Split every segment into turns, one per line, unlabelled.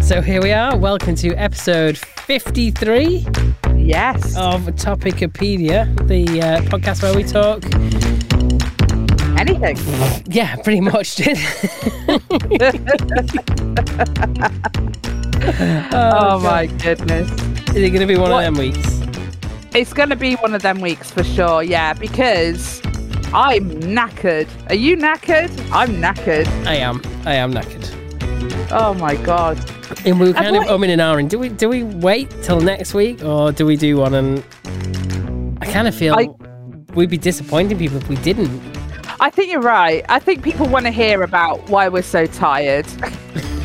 So here we are. Welcome to episode 53
Yes.
of Topicopedia, the uh, podcast where we talk.
Anything.
Yeah, pretty much, dude.
Oh, my goodness.
Is it going to be one
What?
of them weeks?
It's going to be one of them weeks for sure. Yeah, because I'm knackered. Are you knackered? I'm knackered.
I am. I am knackered.
Oh my god.
And we were kind of
what-
umming and ahhing. Do we do we wait till next week or do we do one? And I kind of feel
I-
we'd be disappointing people if we didn't.
I think you're right. I think people want to hear about why we're so tired.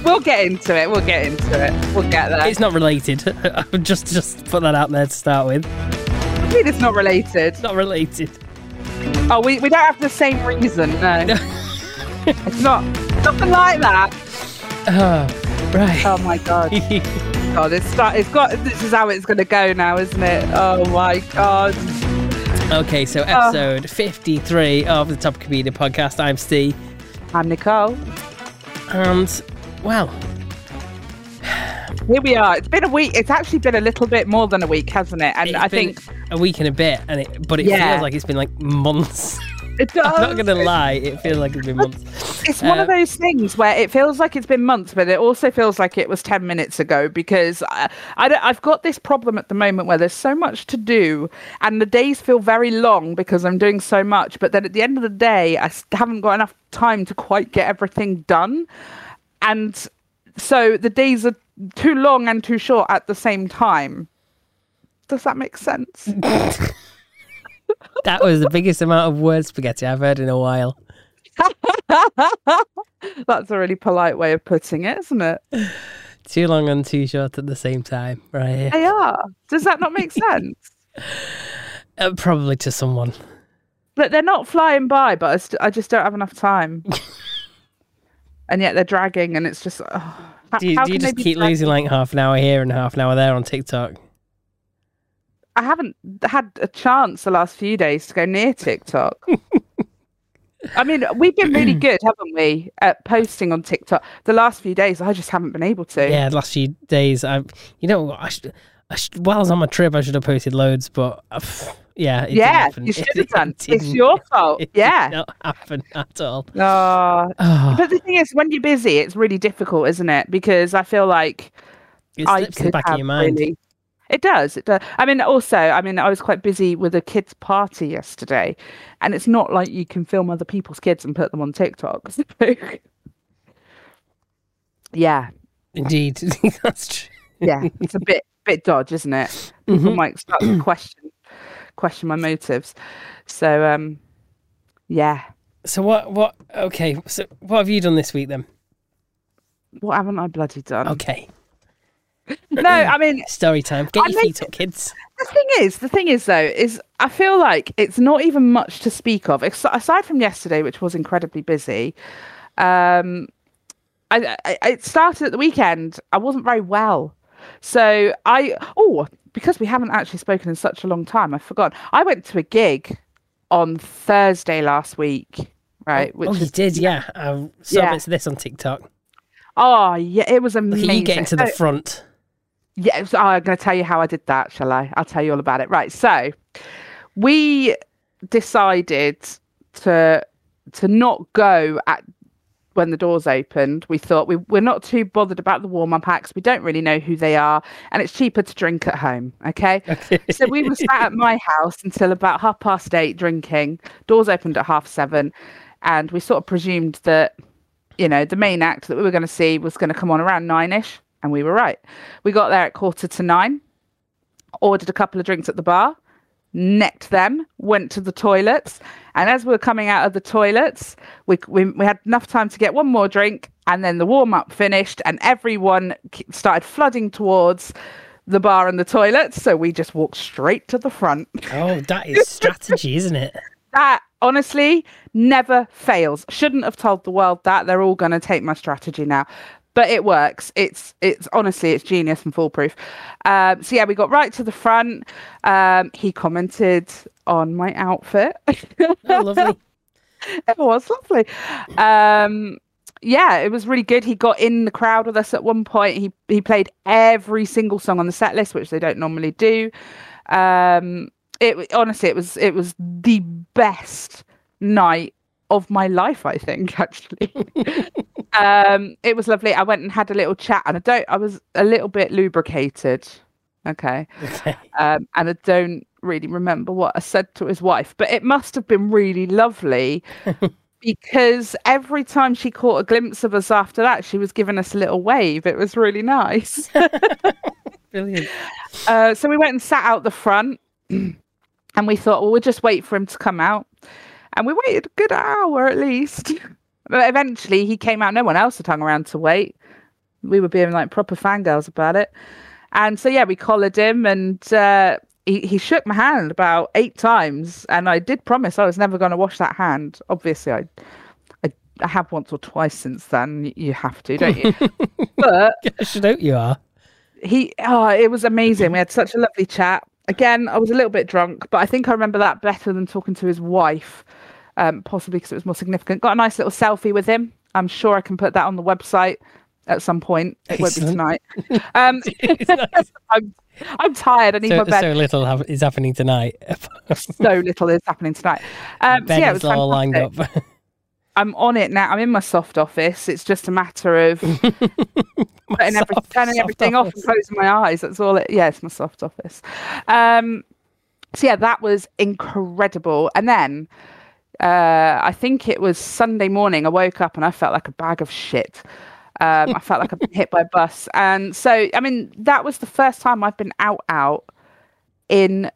we'll get into it. We'll get into it. We'll get there.
It's not related. just just put that out there to start with.
I mean, it's not related.
It's not related.
Oh, we, we don't have the same reason. No. it's not. Nothing like that.
Ah, right.
Oh my god. God, it's start, it's got this is how it's gonna go now, isn't it? Oh my god.
okay,
Oh.
so episode 53 of the Top Comedian podcast. I'm Steve.
I'm Nicole.
And, well,
Here we are. It's been a week. It's actually been a little bit more than a week, hasn't it? And
it's
I
been
think
a week and a bit, and it, but it
Yeah. Oh,
feels like it's been like months.
it does.
I'm not going to lie, it feels like it's been months.
It's one of
Um,
those things where it feels like it's been months, but it also feels like it was 10 minutes ago because I, I don't- I've got this problem at the moment where there's so much to do and the days feel very long because I'm doing so much. But then at the end of the day, I s- haven't got enough time to quite get everything done. And so the days are too long and too short at the same time. Does that make sense?
That was the biggest amount of word spaghetti I've heard in a while.
That's a really polite way of putting it, isn't it?
Too long and too short at the same time, right here.
They are. Does that not make sense?
Uh, probably to someone.
Look, they're not flying by, but I, st- I just don't have enough time. and yet they're dragging, and it's just. Oh, ho-
Do you,
how
do you
can they
just
be
keep
dragging?
losing like half an hour here and half an hour there on TikTok?
I haven't had a chance the last few days to go near TikTok. I mean, we've been really good, haven't we, at posting on TikTok? The last few days, I just haven't been able to.
Yeah, the last few days, I, you know, what, I should, I should, while I was on my trip, I should have posted loads, but uh, pff, yeah, it didn't
Yeah,
happen.
you
It-
should
it
have done. It's
didn't-
your fault.
it did
Yeah.
not happen at all.
Ah,
Oh,
but the thing is, when you're busy, it's really difficult, isn't it? Because I feel like
it
I
slips in the
could
back of
have
your mind.
really- It does. It does. I mean, also, I mean, I was quite busy with a kids' party yesterday, and it's not like you can film other people's kids and put them on TikTok. so- yeah,
Indeed, that's true.
yeah, it's a bit bit dodge, isn't it? People
Mm-hmm.
might start to question question my motives. So, um, yeah,
So what? What? Okay. So what have you done this week then?
what haven't I bloody done?
Okay,
No, I mean,
story time. Get
I
your feet
made-
up, kids.
The thing is, the thing is though, is I feel like it's not even much to speak of, ex- aside from yesterday, which was incredibly busy. Um, I, I I- it started at the weekend. I wasn't very well, so I oh because we haven't actually spoken in such a long time, I forgot. I went to a gig on Thursday last week, right? Which
Oh, you
is,
did, yeah. I saw
Yeah.
bits of this on TikTok.
oh yeah, it was
Look
amazing. Oh.
at you getting to the
So-
front.
Yeah, so oh, I'm going to tell you how I did that, shall I? I'll tell you all about it. Right. So we decided to to not go at when the doors opened. We thought we we're not too bothered about the warm up acts. We don't really know who they are, and it's cheaper to drink at home. Okay. so we were sat at my house until about half past eight drinking. Doors opened at half seven, and we sort of presumed that you know, the main act that we were going to see was going to come on around nine ish, and we were right. We got there at quarter to nine, ordered a couple of drinks at the bar, necked them, went to the toilets, and as we were coming out of the toilets, we we, we had enough time to get one more drink, and then the warm up finished, and everyone k- started flooding towards the bar and the toilets. So we just walked straight to the front.
Oh, that is strategy, isn't it?
That honestly never fails. Shouldn't have told the world that. They're all going to take my strategy now. But it works. It's it's honestly it's genius and foolproof. Um, so yeah, we got right to the front. Um, he commented on my outfit.
Oh, lovely.
it was lovely. Um, yeah, it was really good. He got in the crowd with us at one point. He he played every single song on the set list, which they don't normally do. Um, it honestly, it was it was the best night of my life. I think actually, um, it was lovely. I went and had a little chat, and I don't. I was a little bit lubricated. Okay,
Okay.
um, and I don't really remember what I said to his wife, but it must have been really lovely because every time she caught a glimpse of us after that, she was giving us a little wave. It was really nice.
Brilliant.
uh, so we went and sat out the front and we thought, well, we'll just wait for him to come out. And we waited a good hour at least. But eventually he came out. No one else had hung around to wait. We were being like proper fangirls about it. And so, yeah, we collared him and uh, he, he shook my hand about eight times. And I did promise I was never going to wash that hand. Obviously, I, I, I have once or twice since then. Y- You have to, don't you? but
Gosh, I hope you are.
he oh it was amazing we had such a lovely chat again i was a little bit drunk but i think i remember that better than talking to his wife um possibly because it was more significant got a nice little selfie with him i'm sure i can put that on the website at some point it won't be
Excellent.
tonight um
It's nice.
I'm, I'm tired i need my
so,
bed Um,
so little hap- is happening tonight.
so little is happening tonight um so
Bed
yeah it was
is all lined
fantastic.
up.
i'm on it now i'm in my soft office it's just a matter of putting every,
Soft-
turning
soft
everything off and
office.
closing my eyes. That's all it. Yeah, it's my soft office. Um, so yeah, that was incredible. And then uh, I think it was Sunday morning. I woke up and I felt like a bag of shit. Um, I felt like I've been hit by a bus. And so, I mean, that was the first time I've been out out in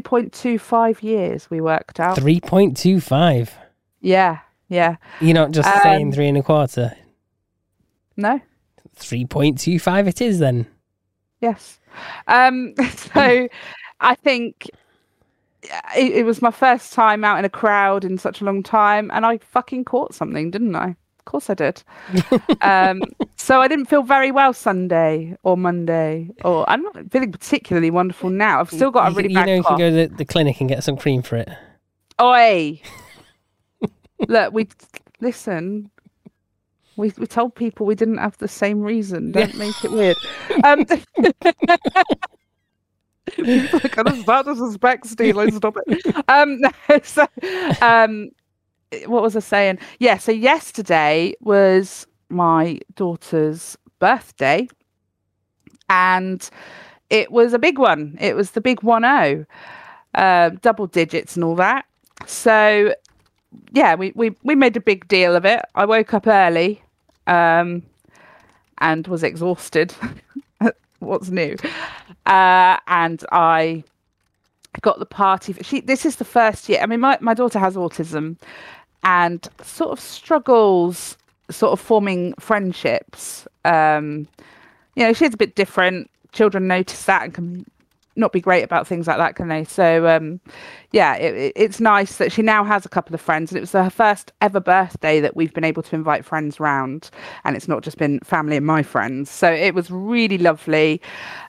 3.25 years. We worked out.
Three point two five.
Yeah, yeah.
You're not just saying
Um,
three and a quarter.
No,
Three point two five. It is then.
Yes. Um, so I think yeah, it, it was my first time out in a crowd in such a long time, and I fucking caught something, didn't I? Of course I did. um, so I didn't feel very well Sunday or Monday, or I'm not feeling particularly wonderful now. I've still got a
You-
really
you
bad
know you
cough.
can go to the, the clinic and get some cream for it.
Oi! Look, we listen. We we told people we didn't have the same reason. Don't make it weird. Um, people are gonna start to suspect stealing. Stop it. Um, so, um, what was I saying? Yeah. So yesterday was my daughter's birthday, and it was a big one. It was the big one zero, uh, double digits and all that. So yeah, we, we we made a big deal of it. I woke up early, um, and was exhausted. What's new? Uh, and I got the party. She this is the first year. I mean, my my daughter has autism, and sort of struggles sort of forming friendships. Um, you know, she's a bit different. Children notice that and can not be great about things like that, can they? So, um, yeah, it, it- it's nice that she now has a couple of friends, and it was her first ever birthday that we've been able to invite friends round, and it's not just been family and my friends. So it was really lovely,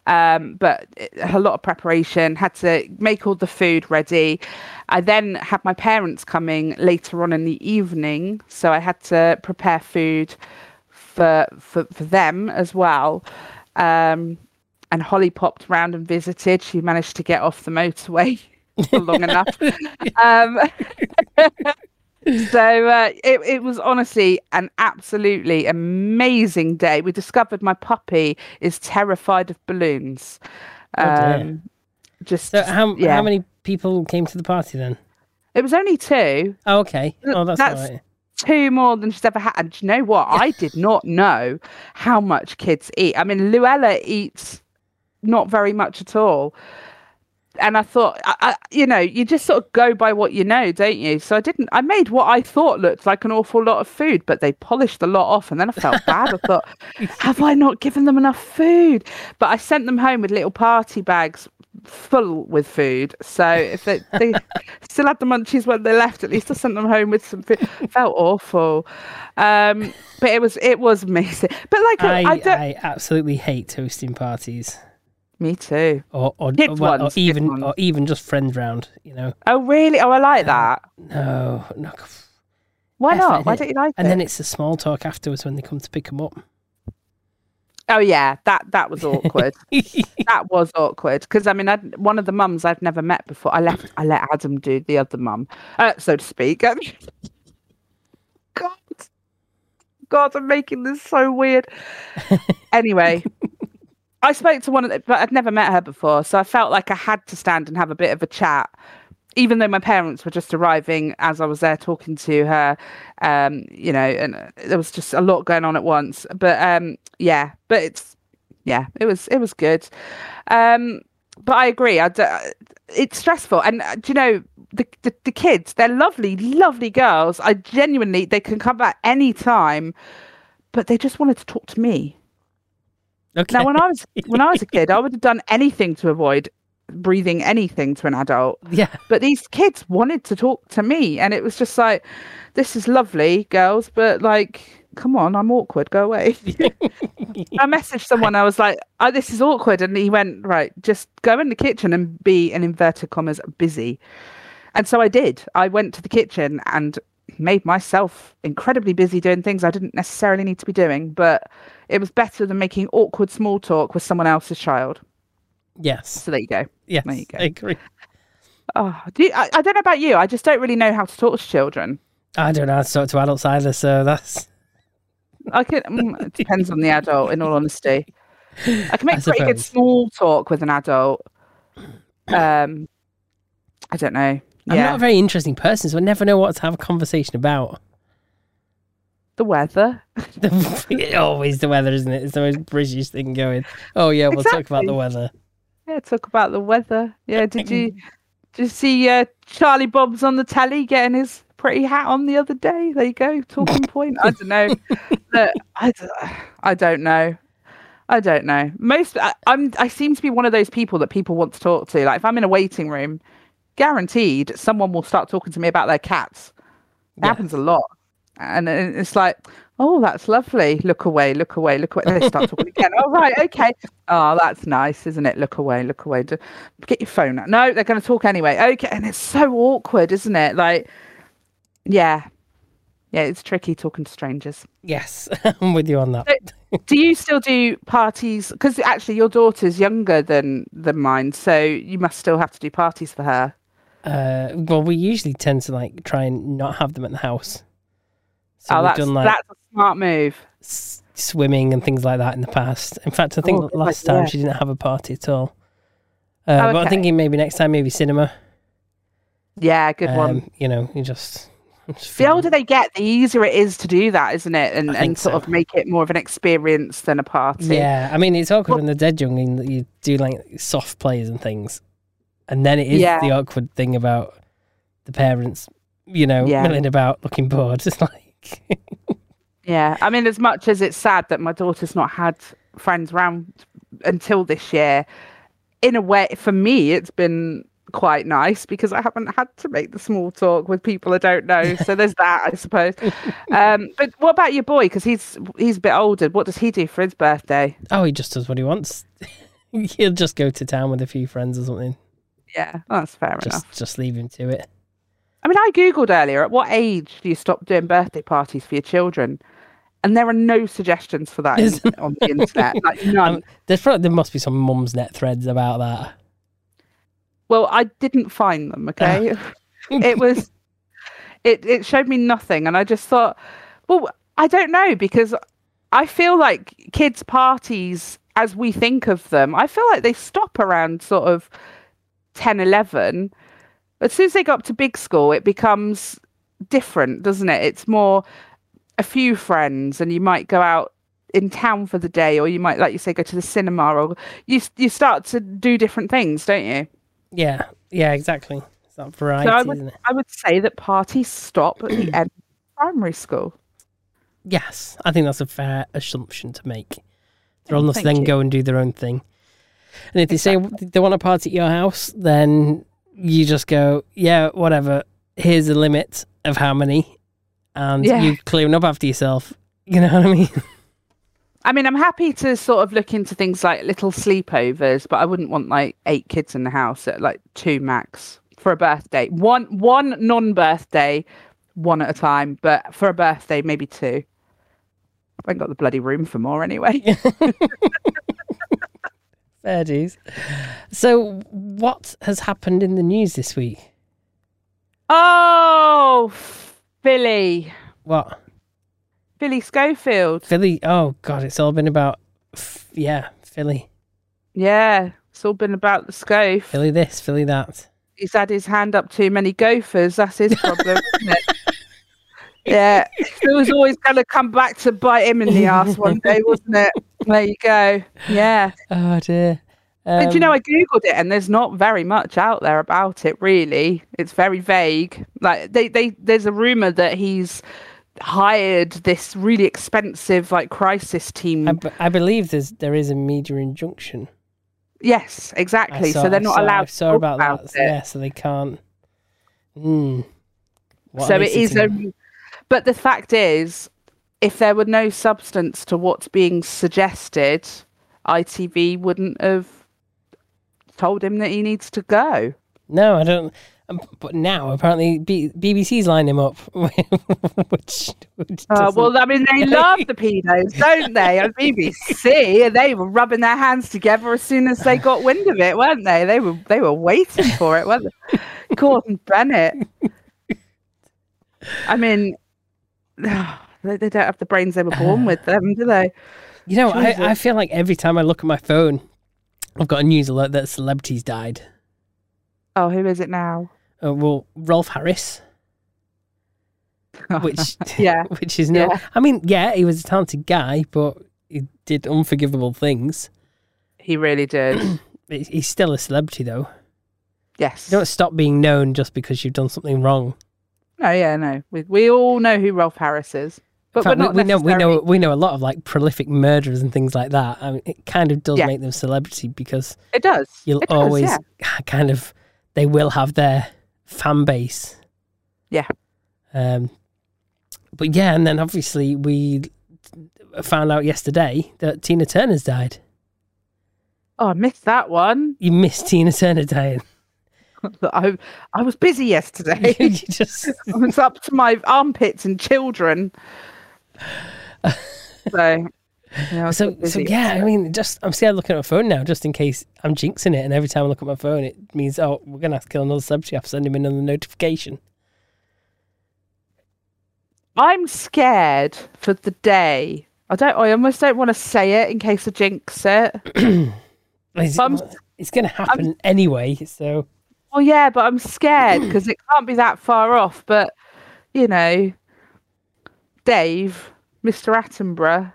um, but it, a lot of preparation. Had to make all the food ready. I then had my parents coming later on in the evening, so I had to prepare food for for, for them as well. Um, and Holly popped round and visited. She managed to get off the motorway for long enough. Um, so uh, it, it was honestly an absolutely amazing day. We discovered my puppy is terrified of balloons. Um,
Oh, dear.
just,
So
just-
how
yeah.
how many people came to the party then?
It was only two.
Oh, okay. Oh, that's,
That's-
all right.
two more than she's ever had. And do you know what? I did not know how much kids eat. I mean, Luella eats not very much at all. And I thought, I, I, you know, you just sort of go by what you know, don't you? So I didn't, I made what I thought looked like an awful lot of food, but they polished a lot off. And then I felt bad. I thought, have I not given them enough food? But I sent them home with little party bags full with food. So if they, they still had the munchies when they left, at least I sent them home with some food. Felt awful, um, but it was it was amazing. But like I,
I, uh
I don't.
I absolutely hate hosting parties.
Me too.
Or or,
Kids
well,
ones,
or
kids
even or
ones.
even just friend round, you know.
Oh really? Oh, I like that.
No, no.
Why
F
not?
it.
Why don't you like
And
it?
then it's the small talk afterwards when they come to pick them up.
oh yeah, that that was awkward. that was awkward because I mean, I'd, one of the mums I'd never met before. I left. I let Adam do the other mum, uh, so to speak. And- God, God, I'm making this so weird. Anyway, I spoke to one of, the, but I'd never met her before, so I felt like I had to stand and have a bit of a chat. Even though my parents were just arriving as I was there talking to her, um, you know, and uh, there was just a lot going on at once. But um, yeah, but it's yeah, it was it was good. Um, but I agree. I d- uh, it's stressful, and uh, do you know the, the the kids? They're lovely, lovely girls. I genuinely they can come back any time, but they just wanted to talk to me.
okay.
Now, when I was when I was a kid, I would have done anything to avoid breathing anything to an adult.
yeah.
But these kids wanted to talk to me, and it was just like, this is lovely, girls, but like, come on, I'm awkward, go away. I messaged someone, I was like, oh, this is awkward. And he went, right, just go in the kitchen and be, in inverted commas, busy. And so I did. I went to the kitchen and made myself incredibly busy doing things I didn't necessarily need to be doing, but it was better than making awkward small talk with someone else's child.
Yes.
So there you go.
Yes.
you go.
I agree.
Oh, do you, I, I don't know about you. I just don't really know how to talk to children.
I don't know how to talk to adults either, so that's
I can. Mm, it depends on the adult. In all honesty, I can make
I
pretty good
suppose.
small talk with an adult. Um, I don't know.
I'm
Yeah,
not a very interesting person, so I never know what to have a conversation about.
the weather.
Always the weather, isn't it? It's the most British thing going. Oh yeah, we'll talk about the
Exactly.
weather.
Yeah, talk about the weather. Yeah, did you did you see uh, Charlie Bob's on the telly getting his pretty hat on the other day? There you go, talking point. I don't know. Look, I, d- I don't know. I don't know. Most I, I'm I seem to be one of those people that people want to talk to. Like if I'm in a waiting room, guaranteed someone will start talking to me about their cats. It
Yeah.
happens a lot. And it- it's like, oh, that's lovely. Look away, look away, look away. They start talking again. Oh, right, okay. Oh, that's nice, isn't it? Look away, look away. D- Get your phone out. No, they're going to talk anyway. Okay. And it's so awkward, isn't it? Like, yeah. Yeah, it's tricky talking to strangers.
Yes, I'm with you on that.
do you still do parties? Because actually, your daughter's younger than, than mine. So you must still have to do parties for her.
Uh, well, we usually tend to like try and not have them at the house. So
oh,
we've
that's,
done like
that's a smart move.
s- swimming and things like that in the past. In fact, I think
Oh, good
last
idea.
time she didn't have a party at all. Uh, But I'm
okay.
thinking maybe next time, maybe cinema.
Yeah, good one.
Um, you know, you just, just
the
film.
older they get, the easier it is to do that, isn't it? And
Mm. I think
and sort
so.
of make it more of an experience than a party.
Yeah, I mean it's awkward
Well-
when they're dead young and that you do like soft plays and things, and then it is
Yeah.
the awkward thing about the parents, you know,
Yeah.
milling about looking bored. It's like,
Yeah. I mean, as much as it's sad that my daughter's not had friends round until this year, in a way, for me, it's been quite nice because I haven't had to make the small talk with people I don't know. So there's that, I suppose. Um, but what about your boy? Because he's he's a bit older. What does he do for his birthday?
oh, he just does what he wants. He'll just go to town with a few friends or something.
Yeah, that's fair enough.
Just, just leave him to it.
I mean, I googled earlier. At what age do you stop doing birthday parties for your children? And there are no suggestions for that in, on the internet. Like none.
Um, there's probably there must be some mum's net threads about that.
well, I didn't find them. Okay, it was it it showed me nothing, and I just thought, well, I don't know because I feel like kids' parties, as we think of them, I feel like they stop around sort of 10, 11. As soon as they go up to big school, it becomes different, doesn't it? It's more a few friends, and you might go out in town for the day, or you might, like you say, go to the cinema, or you you start to do different things, don't you?
Yeah, yeah, exactly. It's that variety,
So I would,
isn't it?
I would say that parties stop at the end of primary school.
Yes, I think that's a fair assumption to make. They're old enough to
Oh, thank
then
you.
go and do their own thing. And if they say they want a party at your house, then you just go, yeah, whatever. Here's the limit of how many, and
Yeah.
you clean up after yourself. You know what I mean?
I mean, I'm happy to sort of look into things like little sleepovers, but I wouldn't want like eight kids in the house at like two max for a birthday. One one non-birthday one at a time, but for a birthday, maybe two. I haven't got the bloody room for more anyway.
Fair dues. So, what has happened in the news this week?
oh, Philly.
What?
Philly Schofield.
Philly. Oh, God, it's all been about, f- yeah, Philly.
Yeah, it's all been about the Scof.
Philly this, Philly that.
He's had his hand up too many gophers. That's his problem, isn't it? Yeah, it was always going to come back to bite him in the ass one day, wasn't it? There you go. Yeah.
Oh, dear.
But do you know,
Um,
I googled it, and there's not very much out there about it. Really, it's very vague. Like they, they there's a rumor that he's hired this really expensive like crisis team.
I, b- I believe there's, there is a media injunction.
yes,
I
exactly.
saw-
so they're
I
not
saw- I
allowed.
saw
to talk
about,
about
that.
it.
Yeah, so they can't. Mm. What
so
an
it is
incident.
only. But the fact is, if there were no substance to what's being suggested, ITV wouldn't have told him that he needs to go.
No, I don't. um, But now apparently B- BBC's lined him up, which, which
Uh,
doesn't-
well, I mean, they love the pedos, don't they? On BBC, and they were rubbing their hands together as soon as they got wind of it, weren't they? They were they were waiting for it, weren't they? Gordon Bennett. I mean, they, they don't have the brains they were born with, them, do they?
you know,
Jesus.
I, I feel like every time I look at my phone, I've got a news alert that celebrities died.
Oh, who is it now?
Uh, well, Rolf Harris, which
Yeah.
which is no.
Yeah.
I mean, yeah, he was a talented guy, but he did unforgivable things.
he really did.
He- He's still a celebrity, though.
yes.
You don't stop being known just because you've done something wrong.
No, yeah, no. We we all know who Rolf Harris is,
In
but
fact,
we're
we,
not
we know we know
necessarily-
we know a lot of like prolific murderers and things like that. I mean, it kind of does
Yeah.
make them celebrity because
It does.
you'll
It does,
always
yeah.
kind of they will have their fan base.
Yeah.
Um, but yeah, and then obviously we found out yesterday that Tina Turner's died.
Oh, I missed that one.
You missed Tina Turner dying.
I I was busy yesterday.
you just
I was up to my armpits and children. So, yeah, I was
so so
busy.
yeah. I mean, just I'm scared looking at my phone now, just in case I'm jinxing it. And every time I look at my phone, it means oh, we're gonna have to kill another celebrity. I have to send him another notification.
I'm scared for the day. I don't. I almost don't want to say it in case I jinx it.
It's,
But I'm-
it's going
um,
to happen anyway. So
Well, yeah, but I'm scared because it can't be that far off. But you know, Dave, Mr. Attenborough,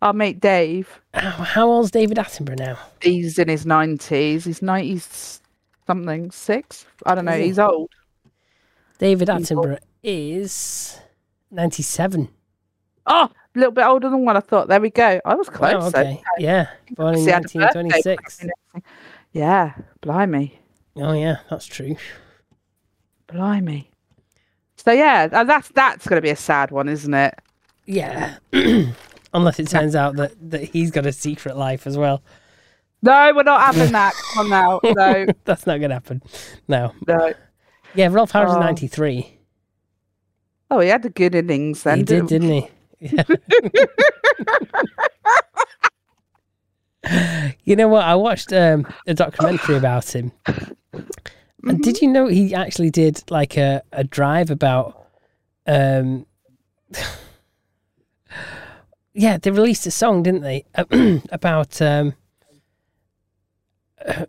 our mate Dave.
how, how old's David Attenborough now?
He's in his nineties. He's ninety something six. I don't know.
Is he?
He's old.
David
He's old.
Attenborough is 97.
Oh, a little bit older than what I thought. There we go. I was close.
Oh,
though.
okay. Yeah. Born in
Obviously had a birthday
1926.
party and everything. Yeah, blimey,
Oh, yeah. That's true.
blimey. So yeah, tha- that's that's going to be a sad one, isn't it?
Yeah. Unless it turns out that, that he's got a secret life as well.
No, we're not having that. Come on now. No,
That's not going to happen. No.
no.
Yeah. Rolf Harris is
Oh.
93.
Oh, he had a good innings then.
He did,
didn't
didn't he? Yeah. you know what? I watched um, a documentary about him. And did you know he actually did like a, a drive about um Yeah, they released a song, didn't they? about um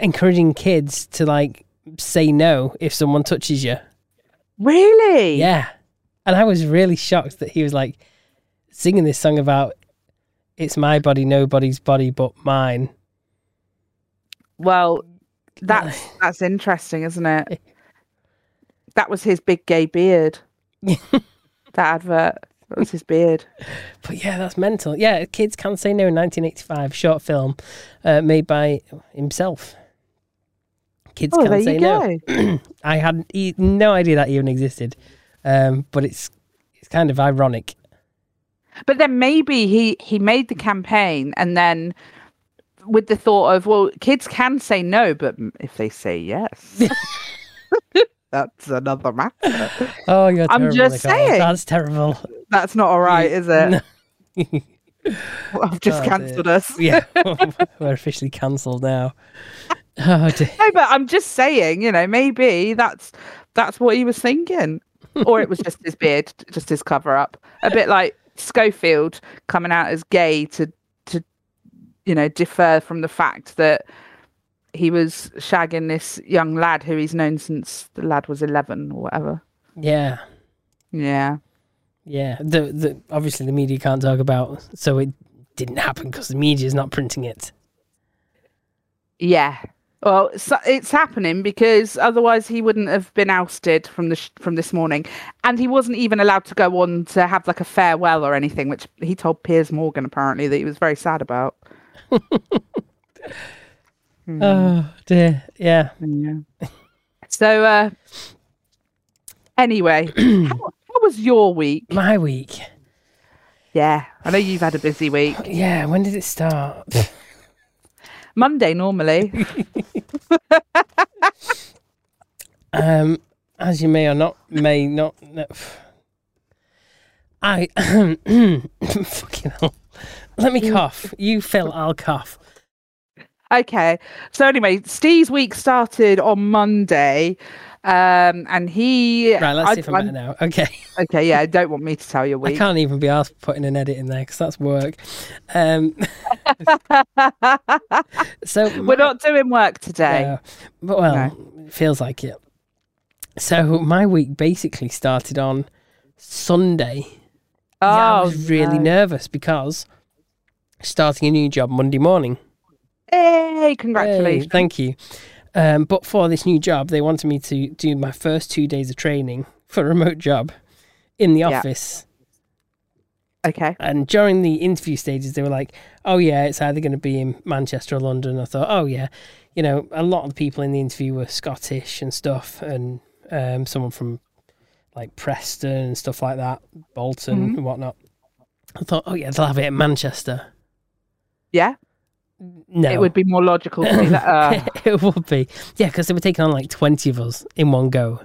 encouraging kids to like say no if someone touches you.
Really?
Yeah. And I was really shocked that he was like singing this song about it's my body, nobody's body but mine.
Well, that's that's interesting, isn't it? That was his big gay beard. that advert. That was his beard.
But yeah, that's mental. Yeah, Kids Can Say No in 1985, short film uh, made by himself. Kids
Oh,
Can
there
Say
you
No.
go.
I had e- no idea that even existed, um, but it's it's kind of ironic.
But then maybe he he made the campaign and then with the thought of well kids can say no but m- if they say yes that's another matter.
Oh, you're
I'm
terrible,
just
Nicole.
saying.
That's terrible.
That's not all right, is it? I've just
Oh, dear.
cancelled us.
yeah, we're officially cancelled now. Oh, dear.
No, but I'm just saying, you know, maybe that's that's what he was thinking, or it was just his beard, just his cover up, a bit like Schofield coming out as gay to to you know defer from the fact that he was shagging this young lad who he's known since the lad was eleven or whatever.
yeah,
Yeah,
yeah. The, the obviously the media can't talk about, so it didn't happen because the media's not printing it.
yeah. Well, so it's happening because otherwise he wouldn't have been ousted from the sh- from this morning, and he wasn't even allowed to go on to have like a farewell or anything, which he told Piers Morgan apparently that he was very sad about. Hmm,
Oh dear. Yeah.
yeah. So, uh, anyway, how, how was your week?
My week.
Yeah, I know you've had a busy week.
Yeah. When did it start?
Monday normally.
Um, as you may or not may not. No, I fucking hell. Let me cough. You Phil, I'll cough.
Okay. So anyway, Steve's week started on Monday, um, and he.
Right, let's
I-
see if I'm,
I'm-
better now. Okay,
Okay, yeah. Don't want me to tell your
I
week.
can't even be asked putting an edit in there because that's work. Um, so
We're not doing work
my-
today.
uh, but well, it feels like it. So my week basically started on Sunday.
oh,
yeah, I was really nervous because starting a new job Monday morning.
hey!
Hey,
Congratulations.
thank you. Um, but for this new job, they wanted me to do my first two days of training for a remote job in the
Yeah.
office.
Okay.
And during the interview stages, they were like, "Oh yeah, it's either going to be in Manchester or London." I thought, "Oh yeah," you know, a lot of the people in the interview were Scottish and stuff, and um, someone from like Preston and stuff like that, Bolton
Mm-hmm.
and whatnot. I thought, "Oh yeah, they'll have it in Manchester."
Yeah,
No,
it would be more logical to do that. Uh,
it would be. Yeah, because they were taking on like 20 of us in one go.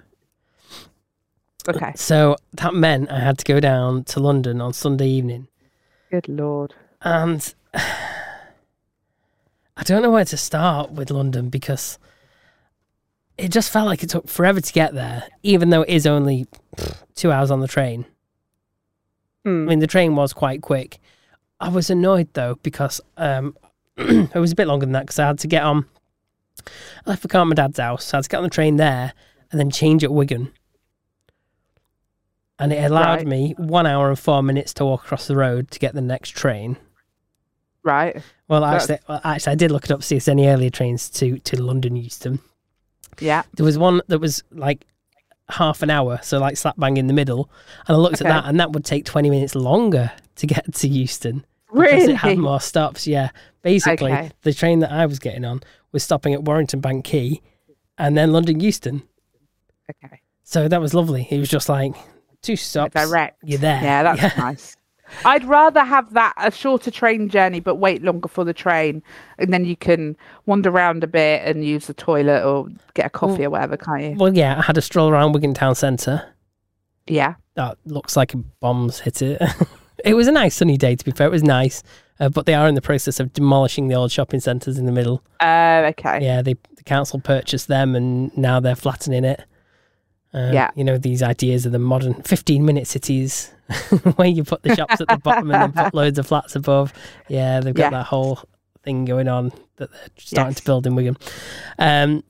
okay.
So that meant I had to go down to London on Sunday evening.
Good lord.
And I don't know where to start with London because it just felt like it took forever to get there, even though it is only pff, two hours on the train. I
Hmm.
mean, the train was quite quick. I was annoyed though because um, it was a bit longer than that because I had to get on. I left the car at my dad's house. So I had to get on the train there and then change at Wigan. And it allowed
Right.
me one hour and four minutes to walk across the road to get the next train.
Right.
Well,
That's-
actually, well, actually, I did look it up to see if there's any earlier trains to, to London Euston.
Yeah.
There was one that was like half an hour, so like slap bang in the middle. And I looked
Okay.
at that, and that would take 20 minutes longer to get to Euston because
Really?
it had more stops. Yeah, basically,
Okay.
the train that I was getting on was stopping at Warrington Bank Quay, and then London Euston.
Okay.
So that was lovely. It was just like two stops.
Direct.
You're there.
Yeah, that's
Yeah.
nice. I'd rather have that a shorter train journey, but wait longer for the train, and then you can wander around a bit and use the toilet or get a
Mm.
coffee or whatever, can't you?
Well, yeah, I had a stroll around Wigan Town Centre.
Yeah.
That looks like a bomb's hit it. it was a nice sunny day, to be fair. It was nice, uh, but they are in the process of demolishing the old shopping centres in the middle.
Uh, okay.
Yeah, they, the council purchased them and now they're flattening it. Um,
Yeah.
You know, these ideas of the modern 15 minute cities where you put the shops at the bottom and then put loads of flats above. Yeah, they've got
Yeah.
that whole thing going on that they're starting
Yes.
to build in Wigan. Um,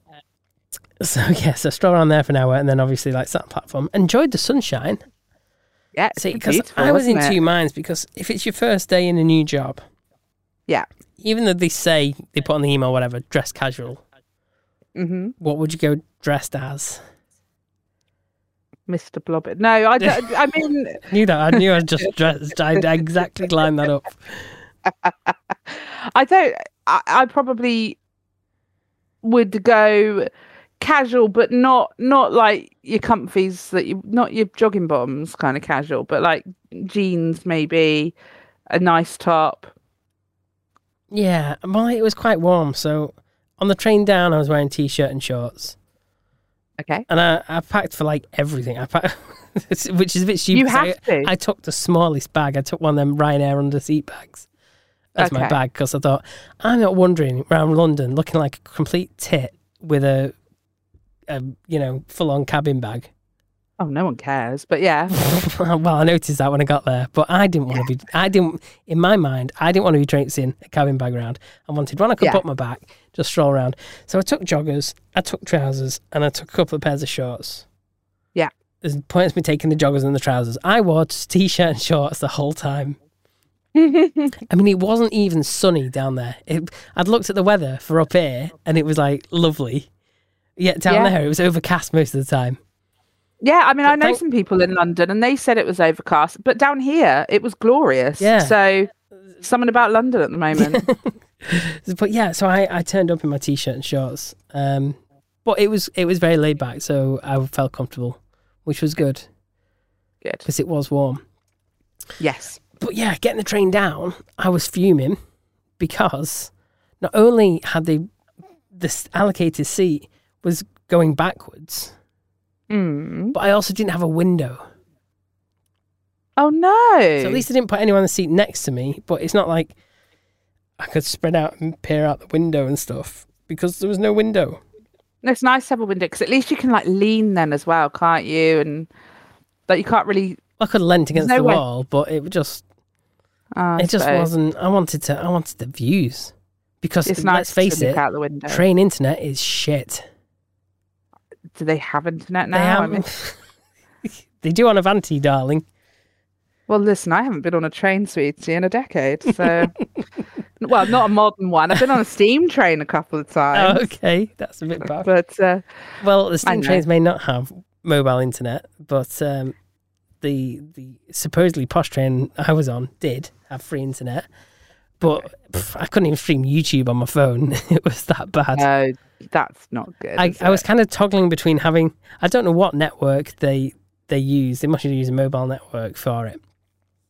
so, yeah, so stroll around there for an hour and then obviously, like, sat on the platform. Enjoyed the sunshine.
Yeah. it's
See, because
beautiful,
I was in
wasn't it?
two minds because if it's your first day in a new job,
Yeah.
even though they say they put on the email, whatever, dress casual,
hmm
what would you go dressed as?
Mr. Blobbit. No, I, don't- I mean,
Knew that. I knew I was just dressed. I exactly lined that up.
I don't. I, I probably would go casual, but not not like your comfies that you not your jogging bottoms kind of casual, but like jeans maybe, a nice top.
Yeah, well, it was quite warm. So on the train down, I was wearing t-shirt and shorts.
Okay.
and I, I packed for like everything. I packed, which is a bit stupid.
You
'cause I,
have to.
I took the smallest bag. I took one of them Ryanair under seat bags as my
Okay.
bag because I thought I'm not wandering around London looking like a complete tit with a, a you know, full on cabin bag.
Oh, no one cares. But yeah.
well, I noticed that when I got there, but I didn't want to be. I didn't, in my mind, I didn't want to be traipsing a cabin bag around. I wanted one I could
Yeah.
put on my back, just stroll around. So I took joggers, I took trousers, and I took a couple of pairs of shorts.
Yeah.
There's points me taking the joggers and the trousers. I wore just t-shirt and shorts the whole time. I mean, it wasn't even sunny down there. It, I'd looked at the weather for up here, and it was like lovely. Yet down
Yeah.
there, it was overcast most of the time.
Yeah, I mean, I know
thank-
some people in London, and they said it was overcast, but down here it was glorious.
Yeah.
So, something about London at the moment.
but yeah, so I, I turned up in my t-shirt and shorts. Um, but it was it was very laid back, so I felt comfortable, which was good
Good.
because it was warm.
Yes.
But yeah, getting the train down, I was fuming because not only had they this allocated seat was going backwards,
Mm.
but I also didn't have a window.
Oh no.
So at least they didn't put anyone on the seat next to me, but it's not like I could spread out and peer out the window and stuff because there was no window.
it's nice to have a window because at least you can like lean then as well, can't you? And that you can't really.
I could have leant against
no
the
way.
wall, but it just
Uh,
It just
so
wasn't. I wanted to. I wanted the views because
It's nice
let's face
to look
it,
out the window.
train internet is shit.
Do they have internet
they
now? I mean-
haven't- they do on Avanti, darling.
well, listen, I haven't been on a train, sweetie, in a decade. So, well, not a modern one. I've been on a steam train a couple
Oh.
of times.
okay, that's a bit bad.
But uh,
Well, the steam
know.
trains may not have mobile internet, but um, the the supposedly posh train I was on did have free internet. But pff, I couldn't even stream YouTube on my phone. it was that bad.
no, that's not good.
I,
is
I was
it?
kind of toggling between having I don't know what network they they use. They must use a mobile network for it.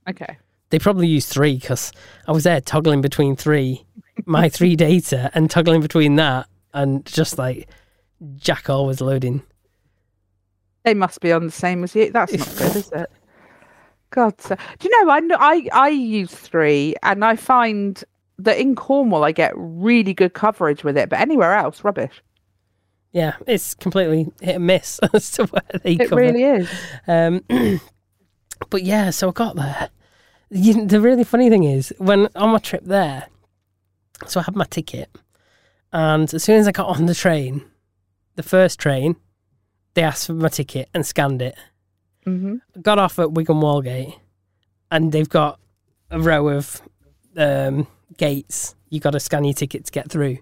okay.
They probably use three because I was there toggling between three, my three data, and toggling between that and just like Jack always loading.
They must be on the same as you. That's not good, is it? God, so, do you know? I kn- I I use three, and I find that in Cornwall I get really good coverage with it, but anywhere else, rubbish.
Yeah, it's completely hit and miss as to where they
It
E cover.
really is.
Um, but yeah, so I got there. You, the really funny thing is, when on my trip there, so I had my ticket, and as soon as I got on the train, the first train, they asked for my ticket and scanned it.
hmm
Got off at Wigan Wallgate, and they've got a row of um, gates. You got to scan your ticket to get through.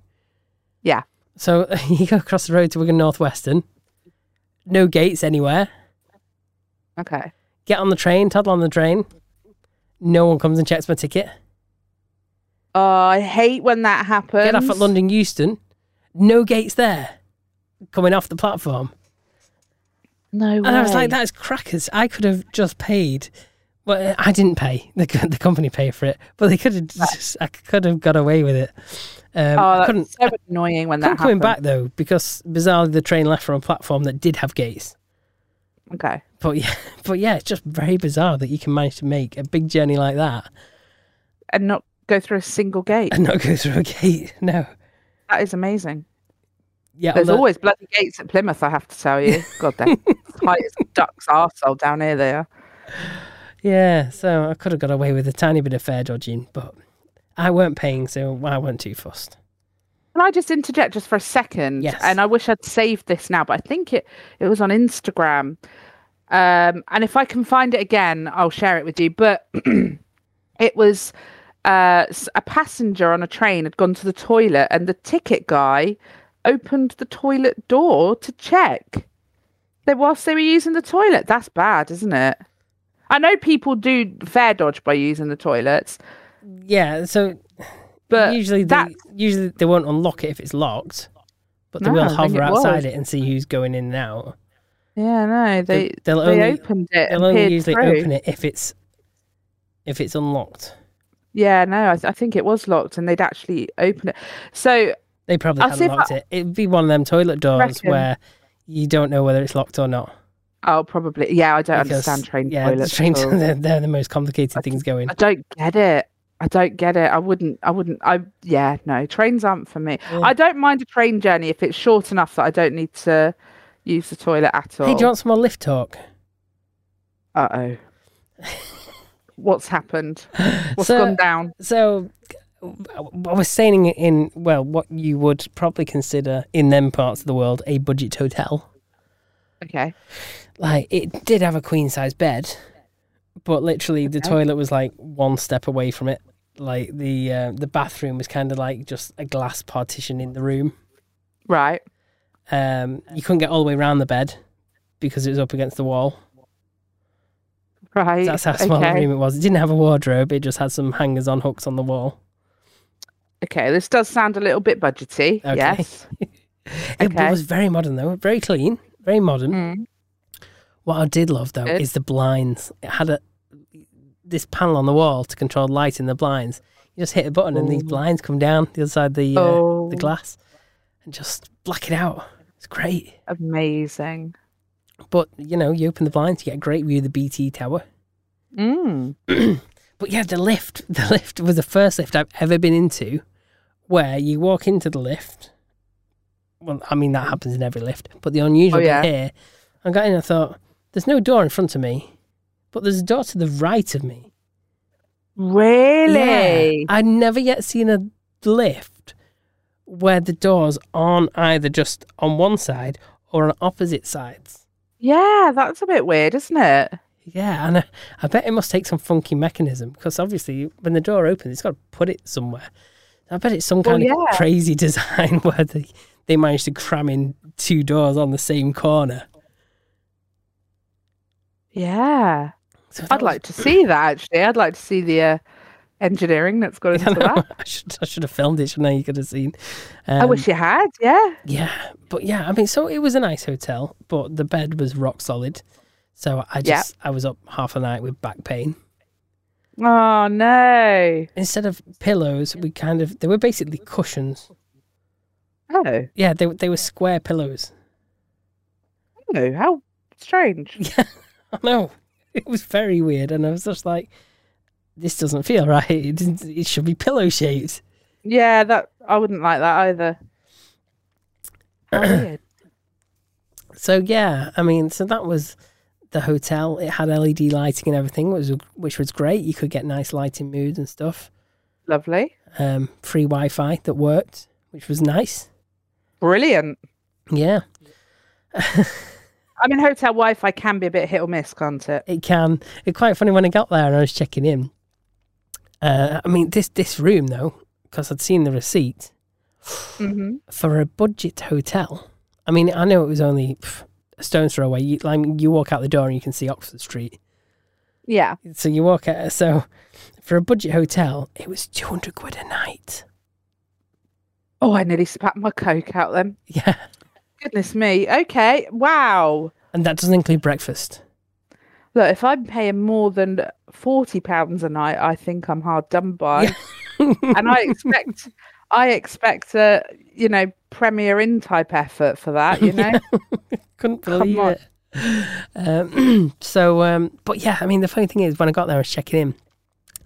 Yeah.
So you go across the road to Wigan Northwestern. No gates anywhere
Okay.
get on the train, toddle on the train. No one comes and checks my ticket.
Oh, I hate when that happens.
Get off at London Euston. No gates there. Coming off the platform.
No way.
And I was like, that is crackers. I could have just paid. Well, I didn't pay. The, co- the company paid for it. But they could have just, I could have got away with it. Um,
Oh,
I
that's
couldn't.
so annoying when
I'm
that
coming
happens.
back though, because bizarrely the train left from a platform that did have gates.
Okay.
But yeah, but yeah, it's just very bizarre that you can manage to make a big journey like that
And not go through a single gate.
and not go through a gate. No,
That is amazing.
yeah,
There's
although-
always bloody gates at Plymouth, I have to tell you. God damn. It's Tight as a duck's arsehole down here, they are.
Yeah, so I could have got away with a tiny bit of fare dodging, but I weren't paying, so I weren't too fussed.
Can I just interject just for a second?
Yes.
And I wish I'd saved this now, but I think it, it was on Instagram. Um, and if I can find it again, I'll share it with you. But it was uh, s- a passenger on a train had gone to the toilet, and the ticket guy opened the toilet door to check that whilst they were using the toilet. That's bad, isn't it? I know people do fare dodge by using the toilets,
Yeah, so
but
usually
that
they usually they won't unlock it if it's locked, but they
No, I
will
think
hover
it
outside
was.
it and see who's going in and out.
yeah, no, they
They- they'll
they
only-
opened it.
They'll
and
only
peered
usually
through.
open it if it's if it's unlocked.
Yeah, no, I, th- I think it was locked, and they'd actually open it. So
They probably
I'll see
hadn't
if I-
locked it. It'd be one of them toilet doors
Reckon.
where you don't know whether it's locked or not.
Oh, probably. Yeah, I don't
because,
understand train
yeah,
toilets.
train-
at all.
they're, they're the most complicated things going.
I don't get it. I don't get it. I wouldn't. I wouldn't. I yeah. No, trains aren't for me.
Yeah.
I don't mind a train journey if it's short enough that I don't need to use the toilet at all.
Hey, do you want some more lift talk?
Uh oh. What's happened? What's
So-
gone down?
So I was staying in well, what you would probably consider in them parts of the world a budget hotel.
Okay.
Like it did have a queen size bed, but literally the
Okay.
toilet was like one step away from it. Like the uh, the bathroom was kind of like just a glass partition in the room.
Right.
Um, you couldn't get all the way around the bed because it was up against the wall.
Right.
That's how small
Eh, okay.
the room it was. It didn't have a wardrobe. It just had some hangers on hooks on the wall.
Okay. This does sound a little bit budgety.
Okay.
Yes.
It
Okay.
was very modern though, very clean, very modern.
Mm.
What I did love though
Good.
is the blinds. It had a this panel on the wall to control light in the blinds. You just hit a button and these
Ooh.
blinds come down the other side of the uh,
oh,
the glass and just black it out. It's great.
amazing.
But you know, you open the blinds, you get a great view of the BT tower.
Mm.
But yeah, the lift. The lift was the first lift I've ever been into where you walk into the lift. Well, I mean, that happens in every lift, but the unusual
Oh,
bit
yeah.
here, I got in and I thought, there's no door in front of me, but there's a door to the right of me.
Really?
Yeah. I'd never yet seen a lift where the doors aren't either just on one side or on opposite sides.
yeah. That's a bit weird, isn't it?
Yeah, and I, I bet it must take some funky mechanism because obviously when the door opens, it's got to put it somewhere. I bet it's some
Well,
kind
yeah.
of crazy design where they, they managed to cram in two doors on the same corner.
Yeah.
So that
I'd
was-
like to see that actually. I'd like to see the uh, engineering that's gone
I,
into
know,
that.
I should I should have filmed it, shouldn't I? You could have seen.
I
Um,
wish you had, yeah.
Yeah, but yeah, I mean, so it was a nice hotel, but the bed was rock solid. So I
Yeah.
just I was up half the night with back pain.
Oh no.
Instead of pillows, we kind of they were basically cushions.
Oh,
Yeah, they were- they were square pillows.
no, oh, how strange.
I know it was very weird, and I was just like, this doesn't feel right. It didn't, it should be pillow shaped.
Yeah, that I wouldn't like that either. How weird.
So yeah, I mean, so that was the hotel. It had LED lighting and everything, which was which was great. You could get nice lighting moods and stuff.
Lovely.
um, free Wi-Fi that worked, which was nice.
Brilliant.
Yeah,
I mean hotel Wi Fi can be a bit hit or miss, can't it?
it can. It's quite funny when I got there and I was checking in. Uh, I mean, this this room though, because I'd seen the receipt
hmm
for a budget hotel. I mean, I know it was only pff, a stone's throw away. You, like, you walk out the door and you can see Oxford Street.
Yeah.
So you walk out. So for a budget hotel, it was two hundred quid a night.
Oh, I nearly spat my coke out then.
Yeah,
Goodness me. Okay. Wow.
and that doesn't include breakfast.
Look, if I'm paying more than forty pounds a night, I think I'm hard done by. and I expect I expect a you know Premier Inn type effort for that. You know,
couldn't
Come
believe
on.
it. Um, so, um, but yeah, I mean, the funny thing is, when I got there, I was checking in.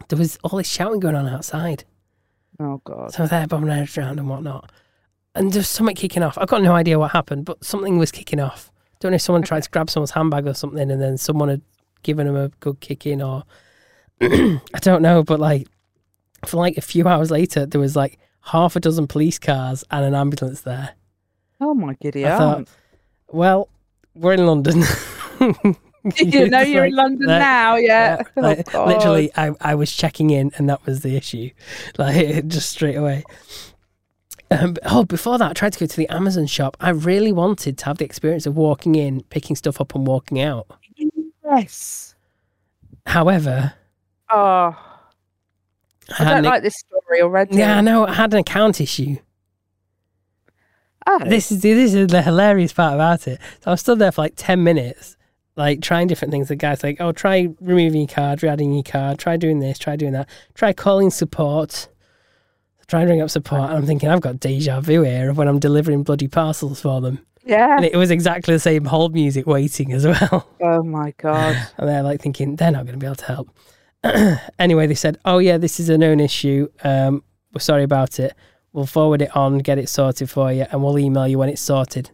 There was all this shouting going on outside.
oh god,
So I was there, bobbing my head around and whatnot. And there was something kicking off. I've got no idea what happened, but something was kicking off. Don't know if someone tried to grab someone's handbag or something, and then someone had given him a good kick in, or I don't know. But like, for like a few hours later, there was like half a dozen police cars and an ambulance there.
oh my giddy
I thought,
aunt.
Well, we're in London.
you know
It's
you're
like
in London
that-
now, yeah. Oh,
like,
God.
literally, I, I was checking in and that was the issue. Like, just straight away. Um, but- oh, before that, I tried to go to the Amazon shop. I really wanted to have the experience of walking in, picking stuff up, and walking out.
yes.
However,
Oh,
I had
I don't
an-
like this story already.
yeah, I know. I had an account issue.
Oh,
This is this is the hilarious part about it. So I was stood there for like ten minutes, like trying different things. The guy's like, "Oh, try removing your card, re-adding your card. Try doing this, try doing that. Try calling support. Try and ring up support." And I'm thinking, I've got deja vu here of when I'm delivering bloody parcels for them.
Yeah.
And it was exactly the same hold music waiting as well.
Oh my god.
And they're like thinking they're not going to be able to help. anyway, they said, "Oh yeah, this is a known issue. Um, we're sorry about it. We'll forward it on, get it sorted for you, and we'll email you when it's sorted."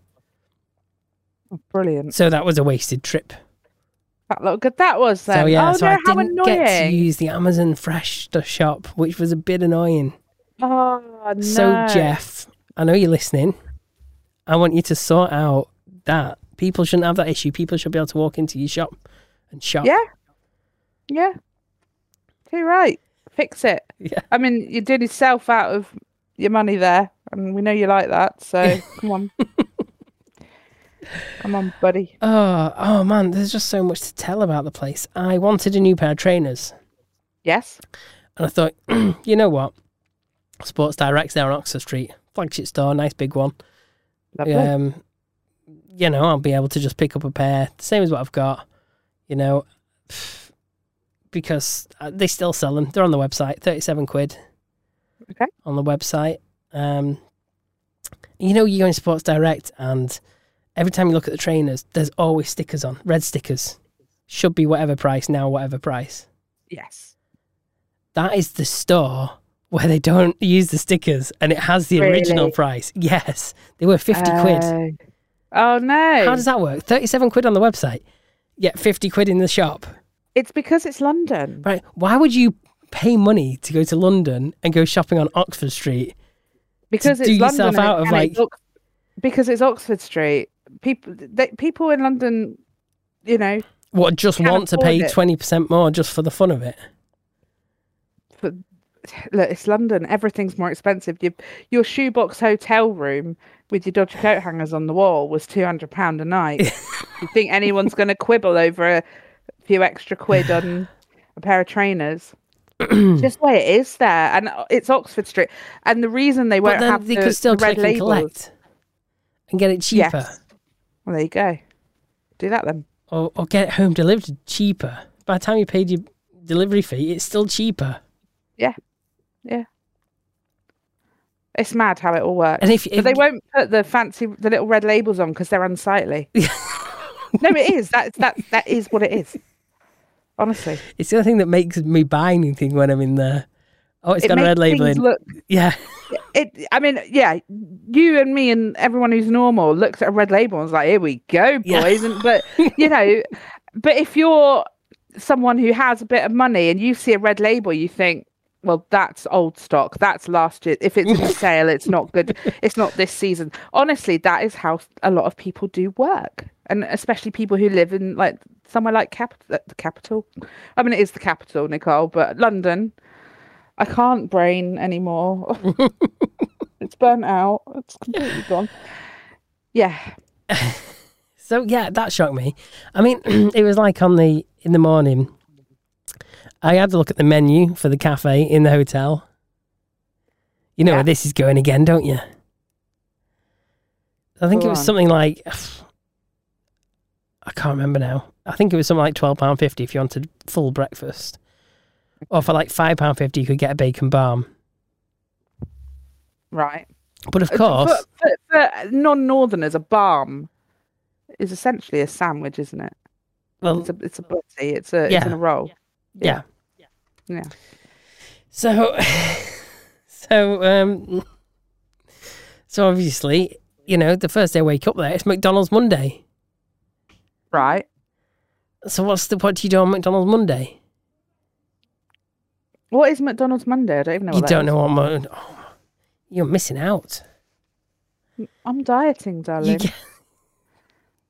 Brilliant.
So that was a wasted trip.
That look good that was then.
so yeah,
oh
so I
no, how
didn't get to
annoying.
use the Amazon Fresh stuff shop, which was a bit annoying.
Oh no.
So Jeff, I know you're listening. I want you to sort out that people shouldn't have that issue. People should be able to walk into your shop and shop.
Yeah. Yeah. Too right. Fix it.
Yeah.
I mean, you did yourself out of your money there, and we know you like that. So come on, come on, buddy.
Oh, oh man, there's just so much to tell about the place. I wanted a new pair of trainers,
Yes.
and I thought, you know what? Sports Direct's there on Oxford Street, flagship store, nice big one.
Lovely.
Um, you know, I'll be able to just pick up a pair, same as what I've got. You know, because uh, they still sell them. They're on the website, thirty-seven quid.
Okay.
On the website, um, you know, you go in Sports Direct, and every time you look at the trainers, there's always stickers on red stickers. Should be whatever price now, whatever price.
Yes.
That is the store where they don't use the stickers, and it has the original
Really?
price. Yes, they were fifty quid.
Oh. Oh no!
How does that work? 37 quid on the website, yet 50 quid in the shop.
it's because it's London.
Right. Why would you pay money to go to London and go shopping on Oxford Street?
Because
do
it's
yourself
London. and
out of,
it's
like-
Ox- because it's Oxford Street. People, they, people in London, you know,
What, just
Can't
want to
afford
pay
it.
20% more just for the fun of it?
look, it's London. Everything's more expensive. Your your shoebox hotel room with your dodgy coat hangers on the wall was two hundred pound a night. you think anyone's going to quibble over a few extra quid on a pair of trainers? It's Just the way it is there, and uh, it's Oxford Street. And the reason they
But
won't
then
have
they
the,
could still
the red
click and
labels,
collect and get it cheaper
Yes. well, there you go. Do that then.
or, or get it home delivered cheaper. By the time you paid your delivery fee, it's still cheaper.
It's mad how it all works.
And if, if
But they won't put the fancy, the little red labels on because they're unsightly. no, it is. That's that. That is what it is. Honestly,
it's the only thing that makes me buy anything when I'm in there. Oh, it's
it
got a
makes
red label
things
in.
Look,
yeah.
it. I mean, yeah, you and me and everyone who's normal looks at a red label and is like, "Here we go, boys."
Yeah.
And, but you know, but if you're someone who has a bit of money and you see a red label, you think. Well, that's old stock. That's last year. If it's in sale, it's not good. It's not this season. Honestly, that is how a lot of people do work, and especially people who live in like somewhere like cap- uh, the capital. I mean, it is the capital, Nicole, but London. I can't brain anymore. it's burnt out. It's completely gone. Yeah,
So yeah, that shocked me. I mean, it was like on the in the morning. I had to look at the menu for the cafe in the hotel. You know
Yeah.
where this is going again, don't you? I think
Go
it was
on.
something like I can't remember now. I think it was something like twelve pound fifty if you wanted full breakfast, or for like five pound fifty you could get a bacon balm.
right.
But of
Uh,
course,
For, for, for non-northerners, a balm is essentially a sandwich, isn't it?
well,
It's a it's a butty. It's a it's in
Yeah.
a roll.
Yeah.
Yeah.
So, so, um, so obviously, you know, the first day I wake up there, it's McDonald's Monday.
Right.
So what's the what do you do on McDonald's Monday?
What is McDonald's Monday? I don't even know.
you
what that
don't
is.
know what Mon- oh, you're missing out.
I'm dieting,
You
darling.
get-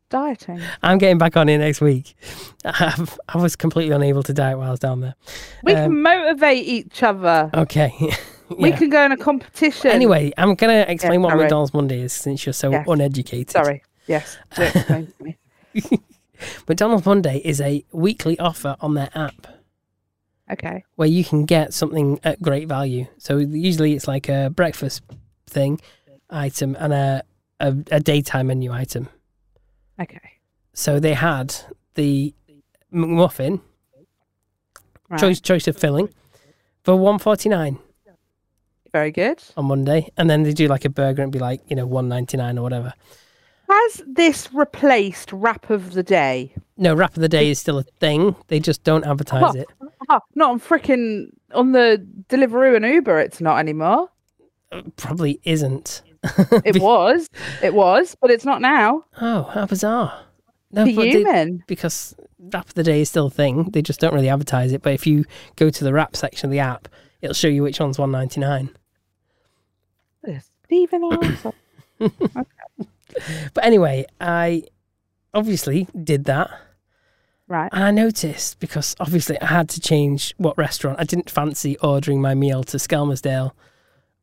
Dieting.
I'm getting back on it next week. I've, I was completely unable to diet while I was down there.
We
Um,
can motivate each other.
Okay.
We
yeah.
can go in a competition.
Anyway, I'm gonna explain what
sorry.
McDonald's Monday is since you're so
Yes.
uneducated.
Sorry. Yes. do explain to me.
McDonald's Monday is a weekly offer on their app.
Okay.
where you can get something at great value. So usually it's like a breakfast thing item and a a, a daytime menu item.
Okay.
So they had the McMuffin
Right.
choice choice of filling for one forty nine
Very good.
on Monday, and then they do like a burger and be like you know one ninety nine or whatever.
Has this replaced rap of the day?
No, rap of the day is still a thing. They just don't advertise
Well,
it.
oh, not on freaking on the Deliveroo and Uber. It's not anymore.
Probably isn't.
It was, it was, but it's not now.
Oh, how bizarre. No,
The
Oh, but they-
human.
because rap of the day is still a thing. They just don't really advertise it. But if you go to the rap section of the app, it'll show you which one's one ninety nine.
Stephen Armstrong.
But anyway, I obviously did that.
right.
And I noticed because obviously I had to change what restaurant. I didn't fancy ordering my meal to Skelmersdale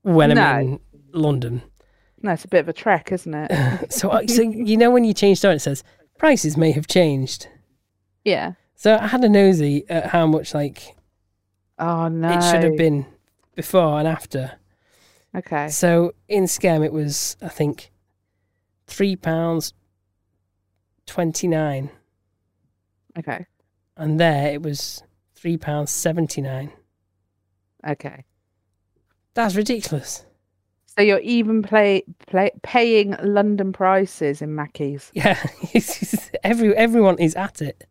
when
No.
I'm in London.
No, it's a bit of a trek, isn't it?
So, I- so you know when you change store, it says prices may have changed.
yeah.
So I had a nosy at how much like
Oh no.
it should have been before and after.
Okay.
So in Skem it was I think three pounds twenty nine,
Okay.
and there it was three pounds seventy nine.
Okay.
That's ridiculous.
So you're even play, play paying London prices in Mackey's.
Yeah, it's just- every everyone is at it.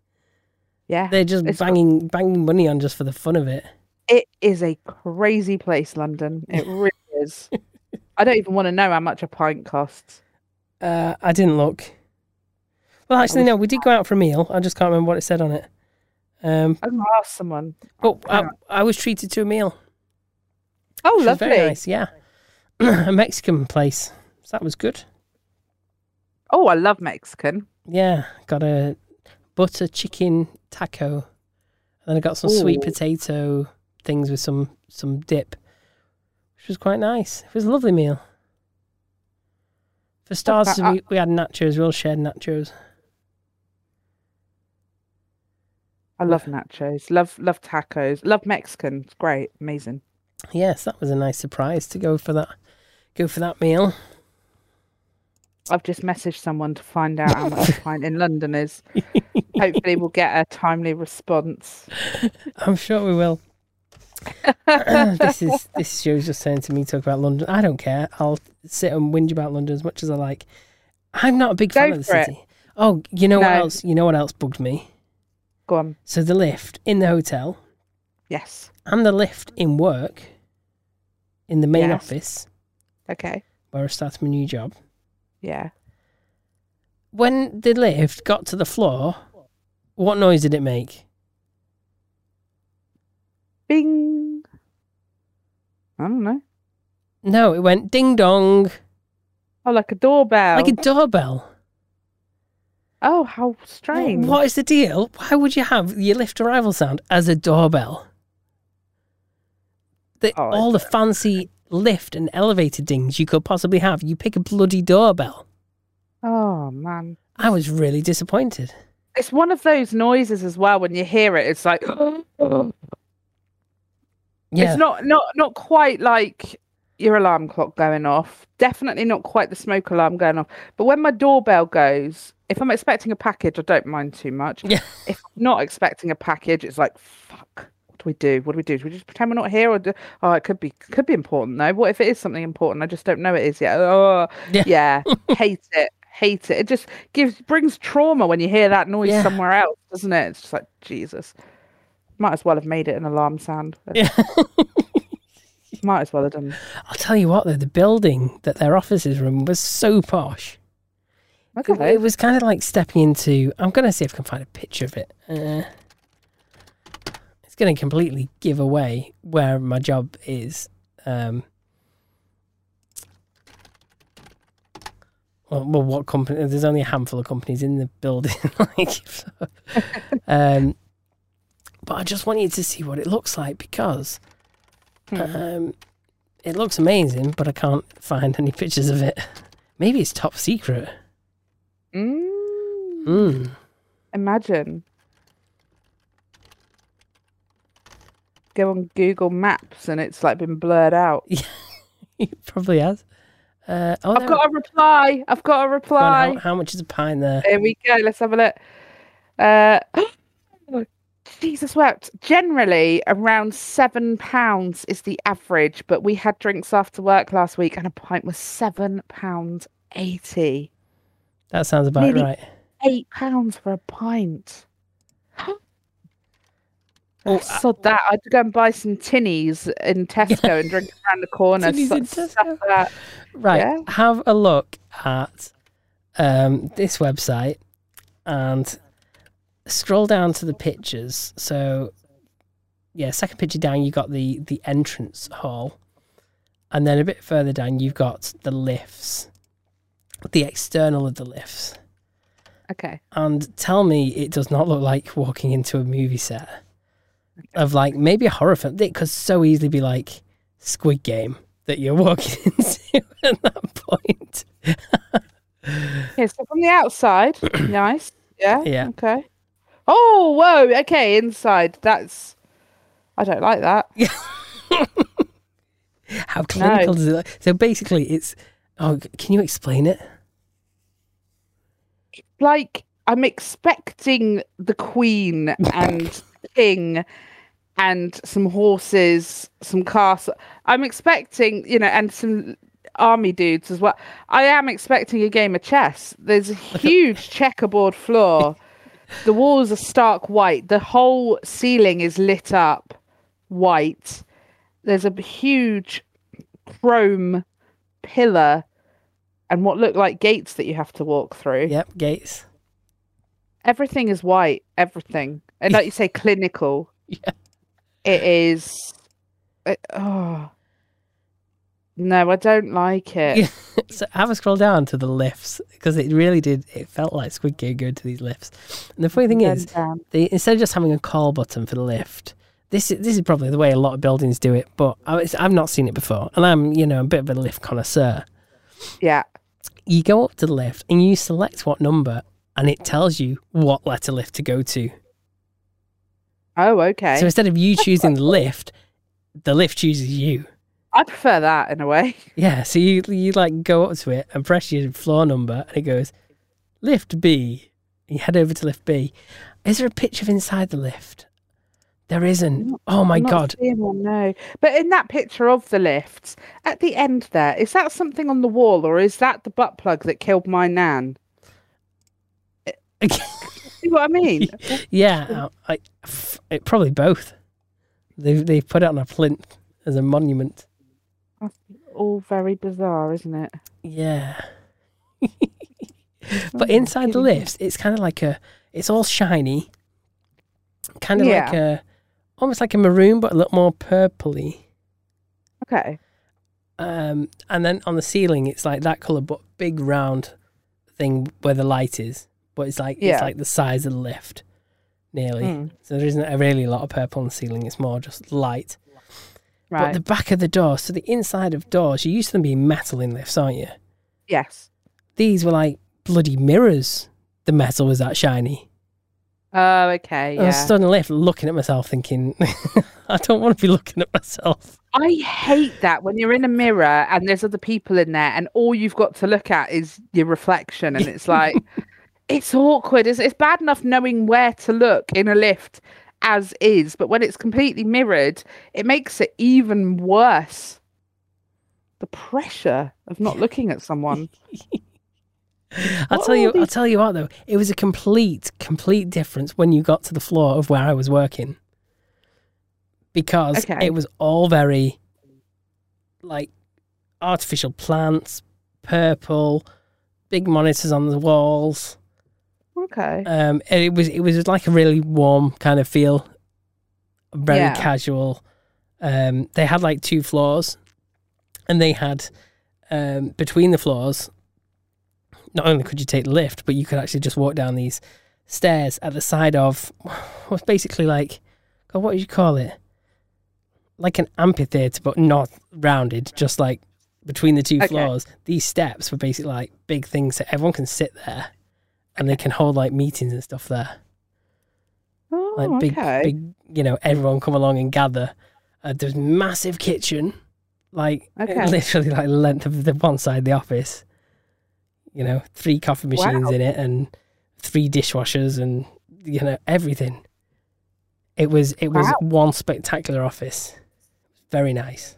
Yeah.
They're just
It's-
banging banging money on just for the fun of it.
It is a crazy place, London. It really is. I don't even want to know how much a pint costs.
Uh, I didn't look. Well, actually,
wish
no, we did go out for a meal. I just can't remember what it said on it. Um,
I'm gonna ask someone.
but I, I was treated to a meal.
Oh,
which was
lovely.
Very nice, yeah. a Mexican place. So that was good.
Oh, I love Mexican.
Yeah, got a butter chicken taco, and then I got some
Ooh.
sweet potato things with some some dip, which was quite nice. It was a lovely meal. For starters,
that-
we, we had nachos. We all shared nachos.
I love nachos. Love love tacos. Love Mexican. It's great. Amazing.
Yes, that was a nice surprise to go for that. Go for that meal.
I've just messaged someone to find out how much a pint in London is. Hopefully, we'll get a timely response.
I'm sure we will. this is this show's just turned to me talk about London. I don't care. I'll sit and whinge about London as much as I like. I'm not a big fan
Go
of the
for it.
city. Oh, you know what
No.
else? You know what else bugged me?
Go on.
So the lift in the hotel
Yes.
and the lift in work, in the main
Yes.
office
Okay.
where I started my new job.
Yeah.
When the lift got to the floor, what noise did it make?
Bing. I don't know.
No, it went ding dong
Oh, like a doorbell.
like a doorbell.
Oh, how
Wha-
strange.
What is the deal? Why would you have your lift arrival sound as a doorbell? The,
Oh,
all the fancy lift and elevator dings you could possibly have, you pick a bloody doorbell.
Oh man.
I was really disappointed.
It's one of those noises as well when you hear it. It's like
Oh. Yeah,
it's not not not quite like your alarm clock going off. Definitely not quite the smoke alarm going off. But when my doorbell goes, if I'm expecting a package, I don't mind too much.
Yeah.
If I'm not expecting a package, it's like fuck. What do we do? What do we do? Do we just pretend we're not here, or do... oh, it could be could be important though. What if it is something important? I just don't know it is yet. Oh,
Yeah.
yeah, hate it, hate it. It just gives brings trauma when you hear that noise
Yeah.
somewhere else, doesn't it? It's just like Jesus. Might as well have made it an alarm sound.
Yeah.
Might as well have done.
I'll tell you what though, the building that their offices were in was so posh. It-
Okay.
It was kind of like stepping into. I'm gonna see if I can find a picture of it. Uh, it's gonna completely give away where my job is. Um, well, well, what company? There's only a handful of companies in the building. like, so, um, but I just want you to see what it looks like because um, it looks amazing, but I can't find any pictures of it. Maybe it's top secret.
Mm,
Mm.
imagine. Go on Google Maps and it's like been blurred out.
It probably has. Uh, oh,
I've
there
got a reply. I've got a
we go. Go
reply.
on, how, how much is a pint there?
Here we go. Let's have a look. Uh, Jesus wept. Generally, around seven pounds is the average, but we had drinks after work last week, and a pint was seven pounds eighty.
That sounds about
Nearly-
right.
Eight pounds for a pint.
Oh, I-
Sod that. I'd go and buy some tinnies in Tesco and drink around the corner.
Tinnies
Sod-
in
stuff
Tesco.
that.
right.
yeah.
Have a look at um, this website and scroll down to the pictures. So, yeah, second picture down, you got the the entrance hall, and then a bit further down, you've got the lifts, the external of the lifts.
Okay.
and tell me it does not look like walking into a movie set of like maybe a horror film. It could so easily be like Squid Game that you're walking into at that point.
Okay, so from the outside, nice. Yeah.
Yeah.
Okay. Oh, whoa. Okay, inside. That's. I don't like that.
How clinical does it look? So basically, it's oh, c- can you explain it?
Like, I'm expecting the Queen and King and some horses, some castle. I'm expecting, you know, and some army dudes as well. I am expecting a game of chess. There's a huge checkerboard floor. The walls are stark white. The whole ceiling is lit up white. There's a huge chrome pillar and what look like gates that you have to walk through.
Yep, Gates.
Everything is white. Everything. And like you say, clinical.
Yeah.
It is. It, oh. No, I don't like it.
Yeah. So have a scroll down to the lifts because it really did. It felt like Squid Game going to these lifts. And the funny thing
Dun,
is,
dun.
they instead of just having a call button for the lift, this is this is probably the way a lot of buildings do it. But I, it's, I've not seen it before, and I'm you know a bit of a lift connoisseur.
yeah.
You go up to the lift and you select what number, and it tells you what letter lift to go to.
Oh, okay.
So instead of you choosing the lift, the lift chooses you.
I prefer that in a way.
Yeah, so you you like go up to it and press your floor number, and it goes lift B. You head over to lift B. Is there a picture of inside the lift? There isn't. Oh my
I'm not
god!
seeing one, no. But in that picture of the lifts, at the end there, is that something on the wall or is that the butt plug that killed my nan? See what I mean?
Yeah, I, I- f- it, probably both. They've they put it on a plinth as a monument.
All very bizarre, isn't it?
Yeah, but inside the lifts, it's kind of like a. It's all shiny. Kind of like a, almost like a maroon, but a little more purpley.
Okay.
Um, and then on the ceiling, it's like that color, but big round thing where the light is. But it's like
Yeah.
it's like the size of the lift, nearly.
Mm.
So there isn't a really lot of purple on the ceiling. It's more just light. But
Right.
the back of the door, so the inside of doors, you're used to them being metal in lifts, aren't you?
Yes.
These were like bloody mirrors. The metal was that shiny.
Oh, okay.
I
Yeah.
was stood in the lift looking at myself thinking, I don't want to be looking at myself.
I hate that when you're in a mirror and there's other people in there and all you've got to look at is your reflection and it's like it's awkward. It's, it's bad enough knowing where to look in a lift as is, but when it's completely mirrored, it makes it even worse. The pressure of not looking at someone.
I'll
What
tell
are
you
all these-
I'll tell you what though, it was a complete, complete difference when you got to the floor of where I was working. Because
Okay.
it was all very like artificial plants, purple, big monitors on the walls.
Okay.
Um, and it was it was like a really warm kind of feel, very
Yeah.
casual. Um, they had like two floors, and they had um, between the floors. Not only could you take the lift, but you could actually just walk down these stairs at the side of what's basically like, God, what do you call it? Like an amphitheater, but not rounded, just like between the two
Okay.
floors. These steps were basically like big things, so everyone can sit there and they can hold like meetings and stuff there.
Oh,
Like big,
okay.
big, you know, everyone come along and gather. Uh, there's massive kitchen, like
Okay.
literally like the length of the one side of the office. You know, three coffee
Wow.
machines in it and three dishwashers and you know everything. It was it was
Wow.
one spectacular office. Very nice.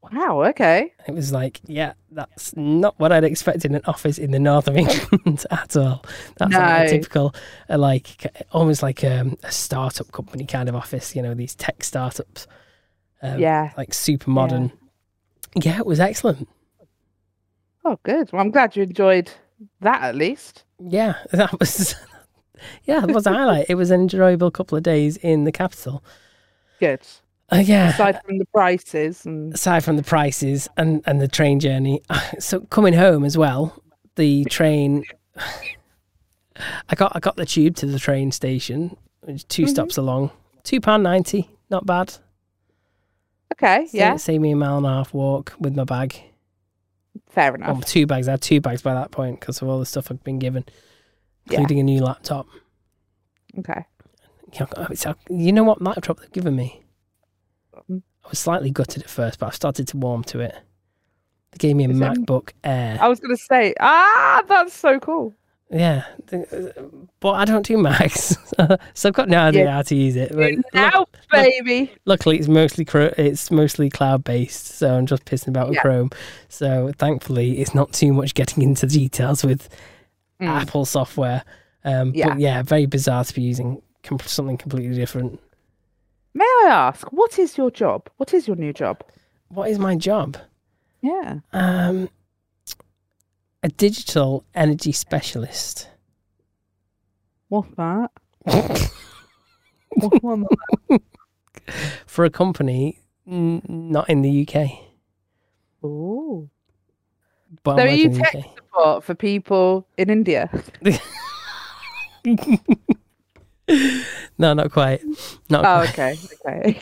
Wow. Okay.
It was like, yeah, that's not what I'd expect in an office in the north of England at all. That's like a
No.
typical, uh, like almost like um, a startup company kind of office. You know, these tech startups, um,
yeah.
like super modern. Yeah, it was excellent.
Oh, good. Well, I'm glad you enjoyed that at least.
Yeah, that was. yeah, that was a highlight. It was an enjoyable couple of days in the capital.
Good.
Uh, yeah,
Aside from the prices and
aside from the prices and, and the train journey, so coming home as well, the train. I got I got the tube to the train station, which is
Mm-hmm.
2 stops along, two pound ninety, not bad.
okay,
Sa-
yeah,
saved me a mile and a half walk with my bag.
fair
Well,
enough.
two bags. I had two bags by that point because of all the stuff I'd been given,
Yeah.
including a new laptop.
Okay.
Yeah, I- it's- I- You know what laptop they've given me?
Mm.
I was slightly gutted at first, but I started to warm to it. They gave me a
Is it-
MacBook Air.
I was gonna say, ah, that's so cool.
Yeah, th- but I don't do Macs, so I've got no idea
Yeah.
how to use it. But lu-
Now, baby.
luckily, it's mostly cro- it's mostly cloud based, so I'm just pissing about with
Yeah.
Chrome. So thankfully, it's not too much getting into the details with
Mm.
Apple software. Um,
Yeah.
But yeah, very bizarre to be using com- something completely different.
May I ask, what is your job? What is your new job?
What is my job?
Yeah.
Um, a digital energy specialist.
What's that? What's on that?
for a company n- not in the UK.
Ooh.
But
So
I'm
are you
working in the
tech
UK.
support for people in India?
No, not quite. Not
Oh,
quite.
okay. Okay.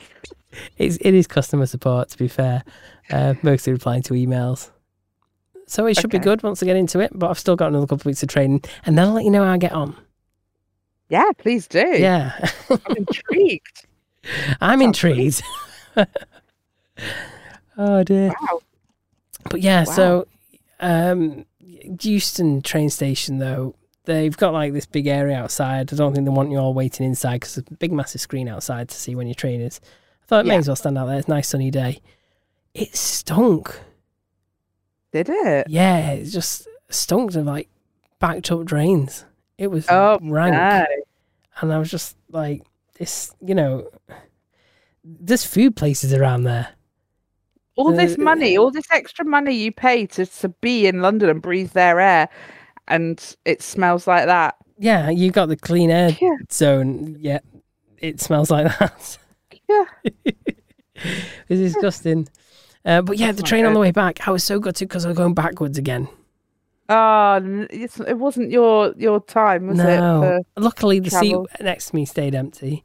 It's, it is customer support, to be fair. Uh, mostly replying to emails. So it should be
Okay.
good once I get into it, but I've still got another couple of weeks of training, and then I'll let you know how I get on.
Yeah, please do.
Yeah,
I'm intrigued.
I'm
Sounds great.
intrigued. oh dear.
Wow.
But yeah,
Wow.
so um, Euston train station though, they've got like this big area outside. I don't think they want you all waiting inside because there's a big massive screen outside to see when your train is. I thought it may
Yeah.
as well stand out there. It's a nice sunny day. It stunk.
Did it?
Yeah, it just stunk of like backed up drains. It was
Oh,
rank,
No.
and I was just like, this, you know, there's food places around there.
All this
The-
money, all this extra money you pay to, to be in London and breathe their air and it smells like that.
Yeah, you got the clean air
Yeah.
zone. Yeah, it smells like that.
Yeah.
it's disgusting. Uh, but yeah, the
not
train on
good.
the way back, I was so gutted because I was going backwards again.
Oh, n- it's, it wasn't your your time, was it?
no, luckily the
travel?
seat next to me stayed empty.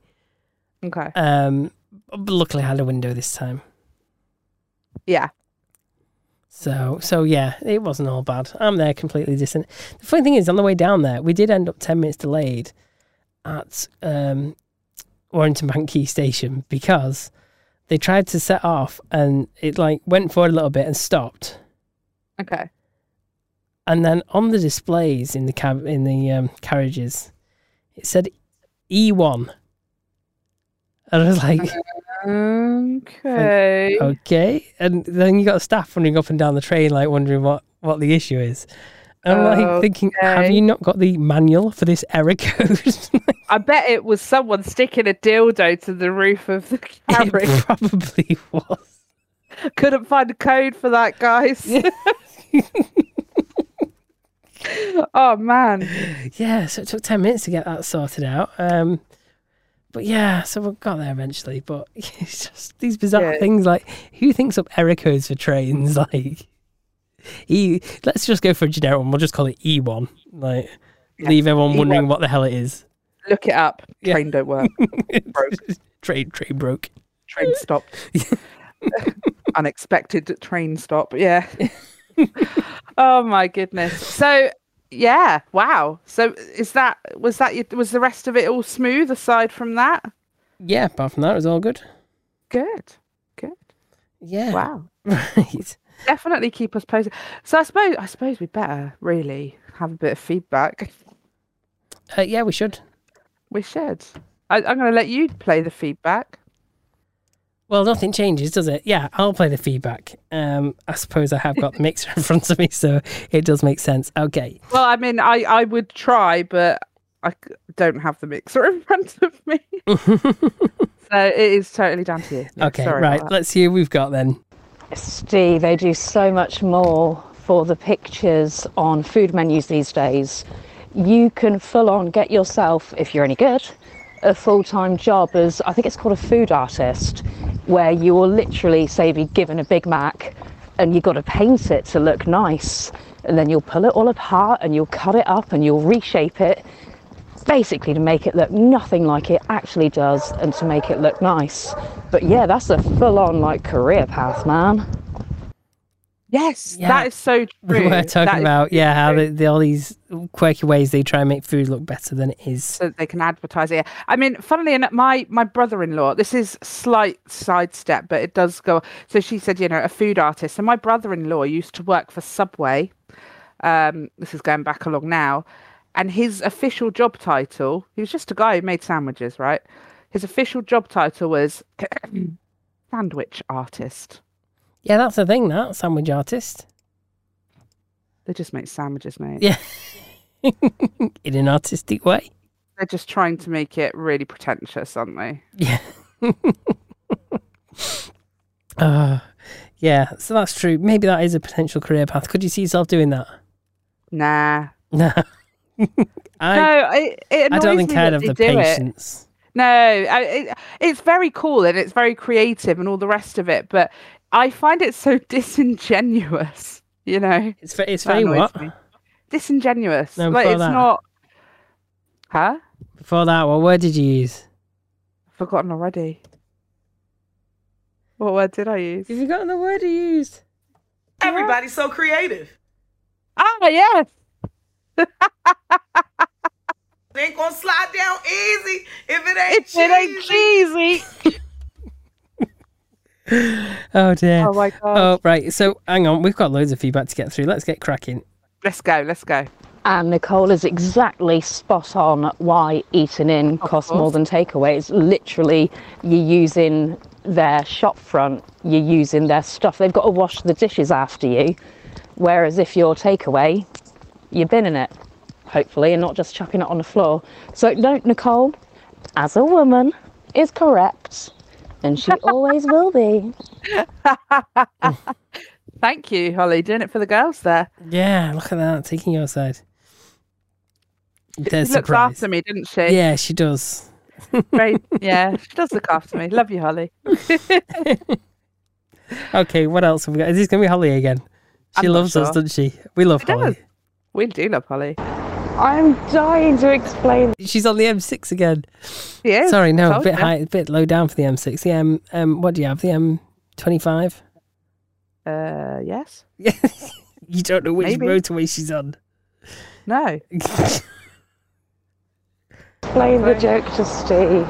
For- okay.
Um, but luckily I had a window this time.
Yeah.
So so yeah, it wasn't all bad. I'm there completely distant. The funny thing is, on the way down there, we did end up ten minutes delayed at um, Warrington Bank Key Station because they tried to set off and it like went forward a little bit and stopped.
Okay.
And then on the displays in the cab in the um, carriages, it said E1. And I was like,
Okay.
Oh. okay. And then you got staff running up and down the train, like wondering what, what the issue is. And I'm like thinking, have
Okay.
you not got the manual for this error code?
I bet it was someone sticking a dildo to the roof of the
it
carriage.
probably was.
Couldn't find a code for that, guys. oh man.
Yeah, so it took 10 minutes to get that sorted out. Um, but yeah, so we got there eventually. But it's just these bizarre
Yeah.
things like who thinks up error codes for trains? Like, E, let's just go for a generic one. We'll just call it E1. Like,
Yeah, E
leave everyone
E1.
wondering what the hell it is.
Look it up.
Yeah.
Train don't work. Broke.
Train, train broke.
Train stopped. Unexpected train stop. Yeah. oh my goodness. So yeah, wow. So is that was that your- was the rest of it all smooth aside from that?
Yeah, apart from that, it was all good.
Good. Good.
Yeah.
Wow.
Right.
definitely keep us posted. So I suppose I suppose we better really have a bit of feedback.
Uh, yeah, we should.
We should. I, I'm going to let you play the feedback.
Well, nothing changes, does it? Yeah, I'll play the feedback. Um, I suppose I have got the mixer in front of me, so it does make sense. Okay.
Well, I mean, I, I would try, but I c- don't have the mixer in front of me. so it is totally down to you. Yeah,
Okay,
sorry about
right.
that.
Let's see who we've got then.
Steve, they do so much more for the pictures on food menus these days. You can full on get yourself, if you're any good, a full time job as I think it's called a food artist, where you will literally, say, be given a Big Mac and you've got to paint it to look nice. And then you'll pull it all apart and you'll cut it up and you'll reshape it basically to make it look nothing like it actually does and to make it look nice. But yeah, that's a full on like career path, man.
Yes,
Yeah.
that is so
We
true.
were talking
That is
about
so
yeah how
true.
they, they, all these quirky ways they try and make food look better than it is.
so that they can advertise it. I mean, funnily enough, my my brother-in-law. This is slight sidestep, but it does go. So she said, you know, a food artist. And my brother-in-law used to work for Subway. Um, this is going back along now, and his official job title. He was just a guy who made sandwiches, right? His official job title was sandwich artist.
Yeah, that's the thing. That sandwich artist.
They just make sandwiches, mate.
Yeah, in an artistic way.
They're just trying to make it really pretentious, aren't they?
Yeah. Ah, yeah. So that's true. Maybe that is a potential career path. Could you see yourself doing that?
Nah.
No. I
no, it, it
I
annoys
don't think
me
I'd
that
have
they
the
do it.
patience.
No, I, it, it's very cool and it's very creative and all the rest of it, but I find it so disingenuous. You know,
It's ve- it's
That
very
annoys
what.
me. disingenuous.
No,
like
before
it's
that.
not. Huh?
Before that, what word did you use?
Forgotten already. What word did I use?
You've forgotten the word you used.
Everybody's so creative.
Ah, yes.
It ain't gonna slide down easy if it ain't
It, it ain't
cheesy.
cheesy.
Oh dear.
Oh my god.
Oh, right. So hang on, we've got loads of feedback to get through. Let's get cracking.
Let's go. Let's go.
And Nicole is exactly spot on why eating in costs more
course.
than takeaway. It's literally you're using their shop front, you're using their stuff. They've got to wash the dishes after you. Whereas if you're takeaway, you're binning it, hopefully, and not just chucking it on the floor. So, no, Nicole, as a woman, is correct. And she always will be.
Thank you, Holly. Doing it for the girls there.
Yeah, look at that, taking your side. There's
she looks
surprise.
after me, didn't she?
Yeah, she does.
Very, yeah, she does look after me. Love you, Holly.
Okay, what else have we got? Is this gonna be Holly again? She
I'm not
loves us,
sure.
doesn't she? We love
She
Holly.
We do love Holly.
I'm dying to explain
She's on the M6 again.
She is.
Sorry, no, a
told
bit
you.
high, a bit low down for the M6. The M, um, what do you have? The M25.
Uh, yes.
You don't know which
Maybe.
motorway she's on.
No.
explain the joke to Steve,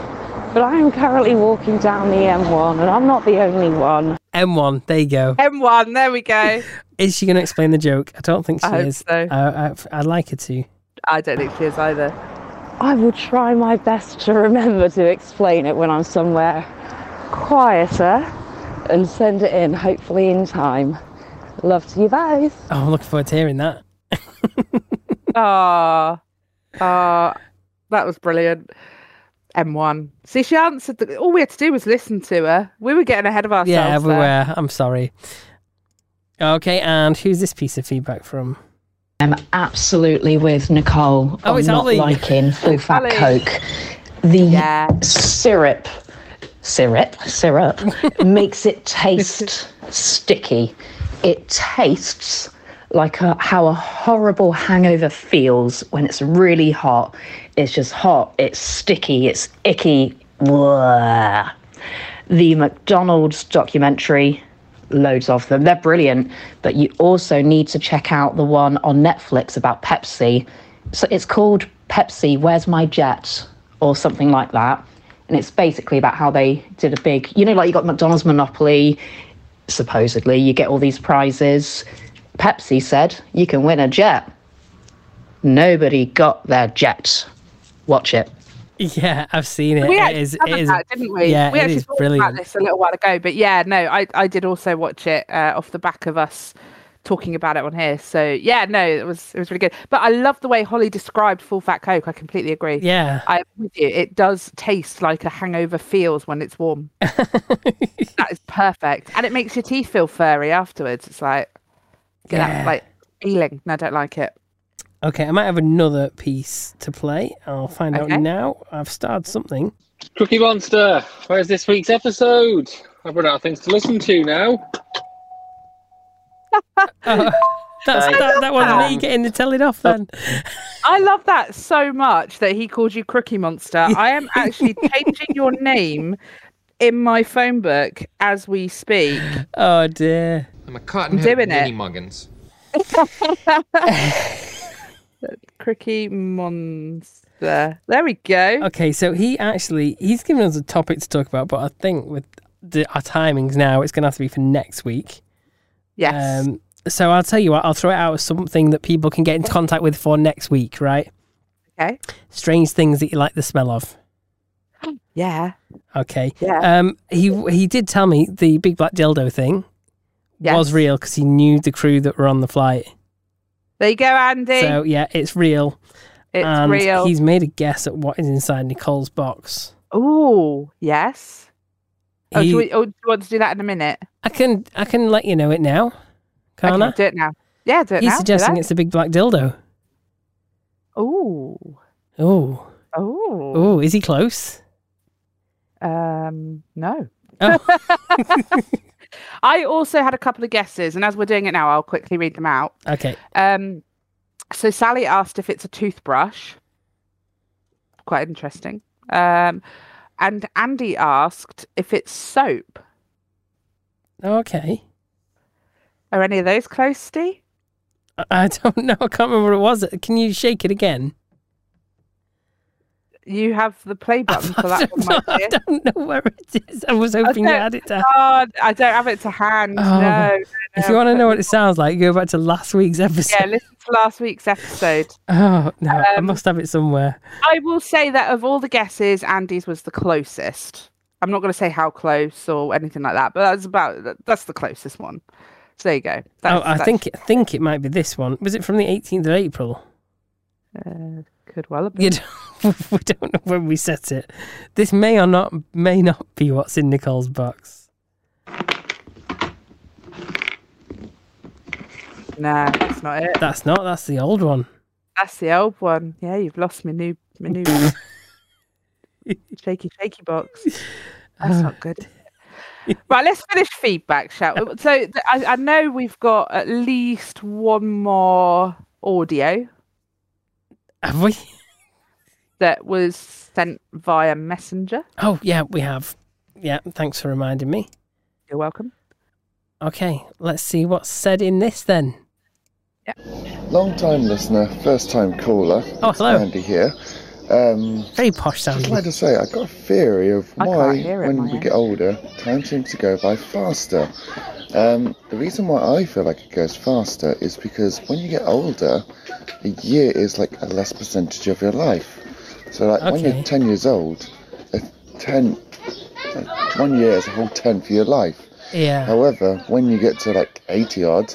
but I'm currently walking down the M1 and I'm not the only one.
M1. There you go.
M1. There we go.
Is she going to explain the joke? I don't think she
I hope
is.
so.
I, I, would like her to.
I don't think she is either.
I will try my best to remember to explain it when I'm somewhere quieter and send it in, hopefully in time. Love to you both.
Oh, I'm looking forward to hearing that.
Ah, ah, that was brilliant. M1. See, she answered. The, all we had to do was listen to her. We were getting ahead of ourselves.
Yeah,
there.
everywhere. I'm sorry. Okay, and who's this piece of feedback from?
I'm absolutely with Nicole
Oh, on it's not Ali. liking
full
fat Ali. Coke.
The
Yeah.
syrup syrup syrup makes it taste sticky it tastes like a, how a horrible hangover feels when it's really hot it's just hot it's sticky it's icky Blah. the mcdonald's documentary loads of them they're brilliant but you also need to check out the one on netflix about pepsi so it's called pepsi where's my jet or something like that and it's basically about how they did a big you know like you got mcdonald's monopoly supposedly you get all these prizes pepsi said you can win a jet nobody got their jet watch it
Yeah, I've seen it.
we
it
actually
is.
covered
It is.
that, didn't we?
yeah,
we
it
actually
is
talked
brilliant.
about this a little while ago, but yeah, no, I, I did also watch it uh, off the back of us talking about it on here. So yeah, no, it was it was really good. But I love the way Holly described full fat Coke. I completely agree.
Yeah,
I'm with you. It does taste like a hangover feels when it's warm. that is perfect, and it makes your teeth feel furry afterwards. It's like get
Yeah.
that like feeling. No, I don't like it.
Okay, I might have another piece to play. I'll find
Okay.
out now. I've started something.
Cookie Monster, where's this week's episode? I've run out of things to listen to now.
Oh, that's,
Right.
that, that wasn't me
Um,
getting the telling off then.
I love that so much that he called you Crookie Monster. I am actually changing your name in my phone book as we speak.
Oh dear.
I'm a cotton
doing it.
mini muggins.
Crookie Monster. There we go.
Okay, so he actually he's given us a topic to talk about, but I think with the, our timings now, it's going to have to be for next week.
Yes.
Um, so I'll tell you what, I'll throw it out as something that people can get into contact with for next week, right?
okay.
Strange things that you like the smell of.
Yeah.
Okay.
Yeah.
Um, he he did tell me the big black dildo thing was
Yes.
real because he knew the crew that were on the flight.
There you go, Andy.
So yeah, it's real.
it's
and
real.
He's made a guess at what is inside Nicole's box.
Oh, yes. Oh,
He-
do we, oh, do you want to do that in a minute?
I can I can let you know it now, can
Okay, do it now. Yeah, do
I?
it
He's
now.
suggesting it's a big black dildo.
Oh.
Oh,
Oh.
oh, is he close?
Um, no.
Oh.
I also had a couple of guesses, and as we're doing it now, I'll quickly read them out.
Okay,
Um, so Sally asked if it's a toothbrush. Quite interesting. Um, and Andy asked if it's soap.
okay.
Are any of those close, Steve?
I, I don't know. I can't remember what it was. Can you shake it again?
You have the play button for
I,
that
don't
one,
know,
my
I
dear.
don't know where it is. I was hoping you
don't-
had it down.
God, Oh, I don't have it to hand.
Oh.
no, no,
If
no.
you want to know what it sounds like, go back to last week's episode.
yeah, listen to last week's episode.
Oh no, I
Um,
must have it somewhere.
I will say that of all the guesses, Andy's was the closest. I'm not going to say how close or anything like that, but that's about that- that's the closest one. So there you go.
Oh,
That's,
I
that
think I think it might be this one. Was it from the 18th of April?
could well have been.
You don't, we don't know when we set it. This may or not may not be what's in Nicole's box.
Nah, that's not it.
That's not. That's the old one.
That's the old one. Yeah, you've lost my new my new shaky shaky box. That's not good. Right, let's finish feedback, shall we? So th- I, I know we've got at least one more audio
Have we?
that was sent via messenger.
Oh yeah, we have. Yeah, thanks for reminding me.
You're welcome.
Okay, let's see what's said in this then.
Long time listener, first time caller.
Oh,
It's
hello.
Andy here. Um,
Very posh
just
sounding.
like to say, I've got a theory of
I can't
why,
hear it,
when
my
we
end.
get older, time seems to go by faster. Um, the reason why I feel like it goes faster is because when you get older, a year is like a less percentage of your life. So, like when
Okay.
you're 10 years old, a 10, like, one year is a whole 10th of your life.
yeah.
However, when you get to like 80 odd,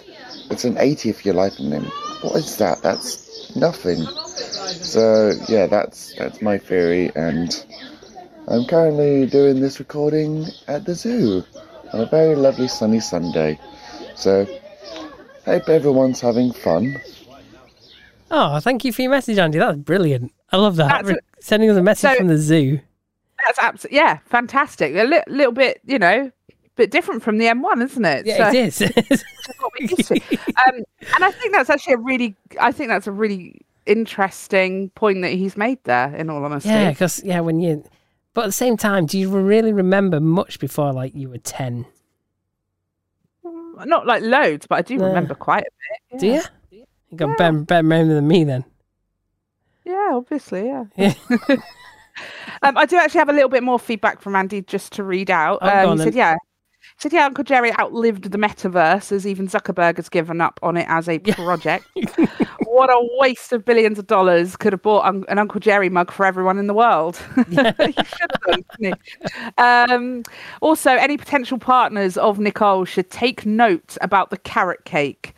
it's an 80th of your life, and then what is that? That's nothing. So yeah, that's that's my theory, and I'm currently doing this recording at the zoo on a very lovely sunny Sunday. So hope everyone's having fun.
Oh, thank you for your message, Andy. That's brilliant. I love that.
That's
Re- sending us a message
So-
from the zoo.
That's absolutely yeah, fantastic. A li- little bit, you know, bit different from the M1, isn't it? So-
Yeah, it is.
that's what we used to. um, and I think that's actually a really, I think that's a really interesting point that he's made there. In all honesty,
Yeah, because yeah, when you, but at the same time, do you really remember much before like you were ten?
Mm, not like loads, but I do
No.
remember quite a bit.
Do
Yeah,
you? You got better, better memory than me then.
yeah obviously, yeah.
Yeah.
um, I do actually have a little bit more feedback from Andy just to read out.
Oh, go
um,
on
he said,
then.
yeah. Said, yeah, Uncle Jerry outlived the metaverse as even Zuckerberg has given up on it as a project. what a waste of billions of dollars. Could have bought un- an Uncle Jerry mug for everyone in the world. you should have done, couldn't you? Um, also, any potential partners of Nicole should take note about the carrot cake.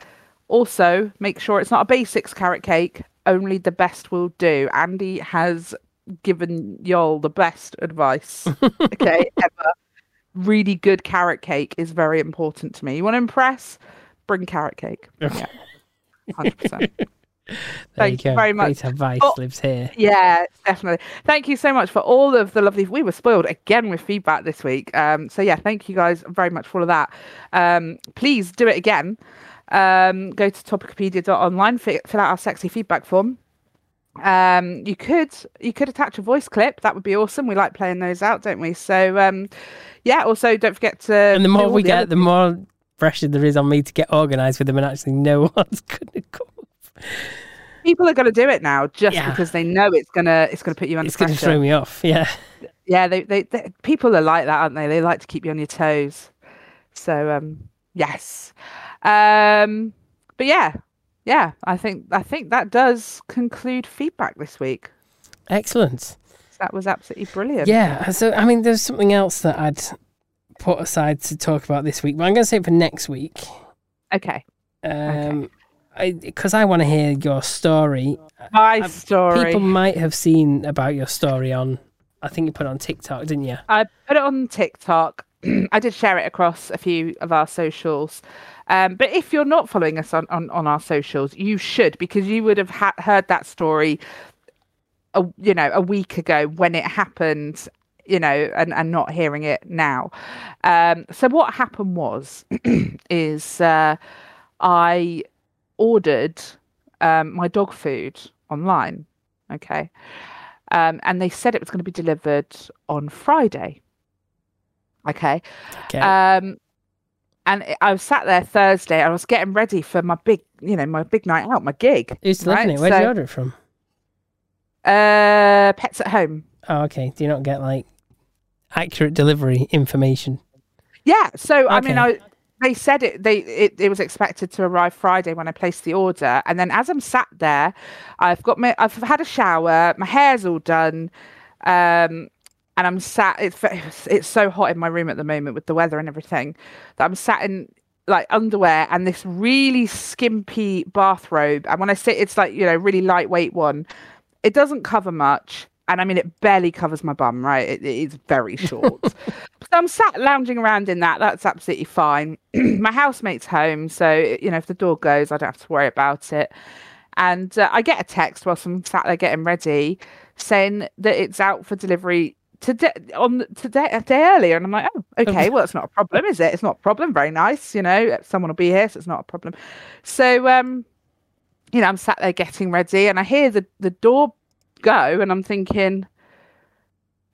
Also, make sure it's not a basics carrot cake. Only the best will do. Andy has given y'all the best advice. okay, ever. Really good carrot cake is very important to me. You want to impress? Bring carrot cake. Yeah, hundred percent.
There
Thank
you
you
go.
very much.
Great advice
Oh.
lives here.
Yeah, definitely. Thank you so much for all of the lovely. We were spoiled again with feedback this week. Um, so yeah, thank you guys very much for all of that. Um, please do it again. Um, go to topicopedia.online, fi- fill out our sexy feedback form. Um, you could you could attach a voice clip. That would be awesome. We like playing those out, don't we? So um, yeah. Also, don't forget to.
And the more we get, the
the
more pressure there is on me to get organised with them and actually know what's going to come.
people are going to do it now, just
Yeah.
because they know it's gonna it's gonna put you under
It's going
pressure.
to throw me off. Yeah.
yeah they, they, they people are like that aren't they they like to keep you on your toes so um yes um but yeah yeah i think i think that does conclude feedback this week
Excellent.
that was absolutely brilliant
Yeah. So, I mean, there's something else that I'd put aside to talk about this week, but I'm going to say it for next week.
okay
Um, Because I, want to hear your story.
my story
Um, People might have seen about your story on, I think you put it on TikTok, didn't you?
I put it on TikTok. I did share it across a few of our socials. Um, but if you're not following us on, on, on our socials, you should because you would have ha- heard that story, a, you know, a week ago when it happened, you know, and, and not hearing it now. Um, so what happened was, is uh, I ordered um, my dog food online. Okay um, and they said it was going to be delivered on Friday. Okay.
Okay.
Um, and I- I was sat there Thursday. I was getting ready for my big, you know, my big night out, my gig.
Who's delivering
right,
it? Where would
so-
you order it from?
Uh, pets at home.
Oh, okay. Do you not get like accurate delivery information?
Yeah. So I mean,
Okay.
I they said it. They it, it was expected to arrive Friday when I placed the order, and then as I'm sat there, I've got my I've had a shower, my hair's all done, um, and I'm sat. It's ve- it's so hot in my room at the moment with the weather and everything that I'm sat in like underwear and this really skimpy bathrobe. And when I say it's like you know really lightweight one, it doesn't cover much. And I mean, it barely covers my bum, right? It, it's very short. So I'm sat lounging around in that. That's absolutely fine. My housemate's home, so you know if the door goes, I don't have to worry about it. And uh, I get a text whilst I'm sat there getting ready, saying that it's out for delivery today on the- today a day earlier. And I'm like, oh, okay, well, it's not a problem, is it? It's not a problem. Very nice, you know. Someone will be here, so it's not a problem. So um, you know, I'm sat there getting ready, and I hear the the door go, and I'm thinking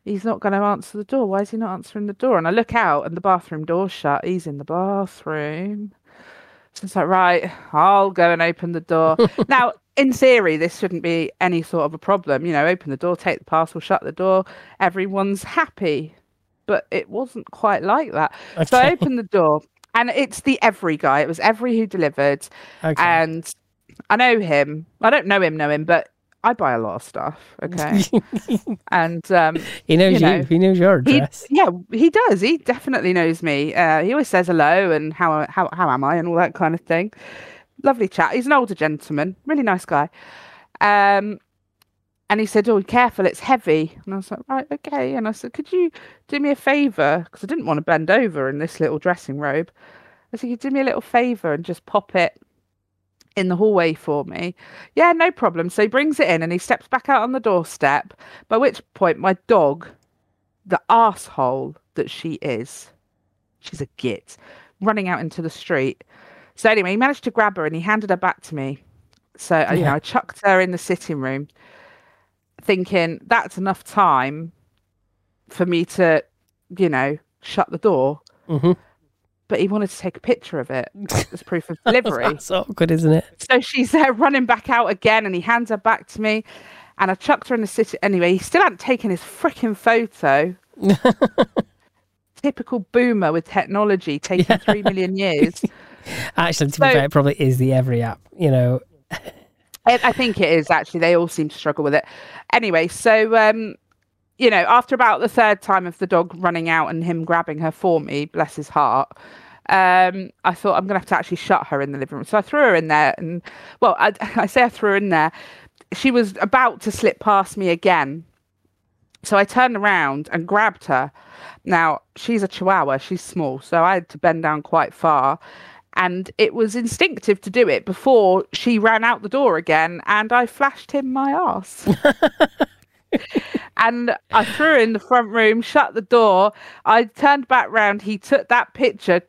he's not going to answer the door. Why is he not answering the door? And I look out, and the bathroom door's shut. He's in the bathroom. So it's like, right, I'll go and open the door. now, in theory, this shouldn't be any sort of a problem. You know, open the door, take the parcel, shut the door. Everyone's happy. But it wasn't quite like that. So I
Okay.
opened the door, and it's the every guy. It was every who delivered
Okay.
and I know him. I don't know him, know him, but I buy a lot of stuff. Okay, and um,
he knows you.
you know,
he knows your
he,
address.
yeah, he does. He definitely knows me. Uh, he always says hello and how how how am I and all that kind of thing. Lovely chat. He's an older gentleman, really nice guy. Um, and he said, "Oh, careful, it's heavy." And I was like, "Right, okay." And I said, "Could you do me a favor? Because I didn't want to bend over in this little dressing robe." I said, "Could you do me a little favor and just pop it in the hallway for me?" Yeah, no problem. So he brings it in and he steps back out on the doorstep. By which point, my dog the asshole that she is. She's a git. Running out into the street. So anyway, he managed to grab her and he handed her back to me. So uh, you
Yeah.
know, I chucked her in the sitting room, thinking that's enough time for me to, you know, shut the door.
Mhm.
But he wanted to take a picture of it as proof of delivery.
That's awkward, isn't it?
So she's there running back out again, and he hands her back to me. And I chucked her in the city. Anyway, he still hadn't taken his freaking photo. typical boomer with technology taking three million years.
Actually, to be
So-
fair, it probably is the every app. You know,
I, I think it is actually. They all seem to struggle with it. Anyway, so um, you know, after about the third time of the dog running out and him grabbing her for me, bless his heart, um, I thought I'm gonna have to actually shut her in the living room. So I threw her in there, and well, I, I say I threw her in there. She was about to slip past me again. So I turned around and grabbed her. Now, she's a chihuahua, she's small, so I had to bend down quite far. And it was instinctive to do it before she ran out the door again and I flashed him my ass. and I threw her in the front room, shut the door. I turned back round. He took that picture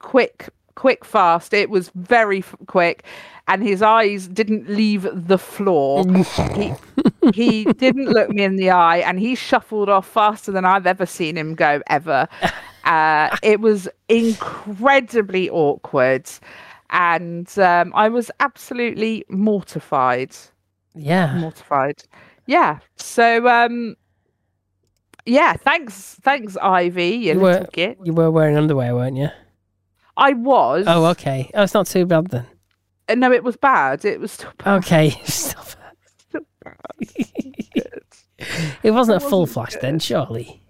quick, quick, fast. It was very f- quick. And his eyes didn't leave the floor. he, he didn't look me in the eye and he shuffled off faster than I've ever seen him go ever. Uh, it was incredibly awkward. And um, I was absolutely mortified
yeah.
mortified. Yeah. So um yeah, thanks thanks Ivy, you,
You
little
were-
git.
You were wearing underwear, weren't you?
I was.
Oh, okay. Oh, it's not too bad then.
Uh, No, it was bad. It was still bad.
Okay. Stop
Still
it. it wasn't a full
wasn't
flash then, surely.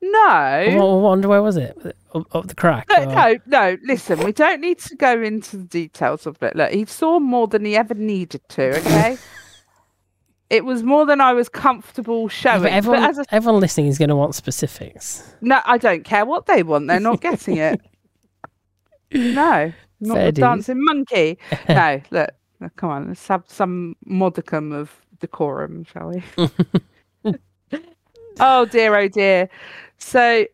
No.
What, what underwear was it? Up, up the crack?
No,
or-
no, no, listen, we don't need to go into the details of it. Look, he saw more than he ever needed to, okay? it was more than I was comfortable
Yeah,
showing.
but everyone,
but as I
everyone listening is going to want specifics.
No, I don't care what they want. They're not getting it. No, not
Fair
the
dues.
dancing monkey. No, look, no, come on. Let's have some modicum of decorum, shall we? oh dear, oh dear. So,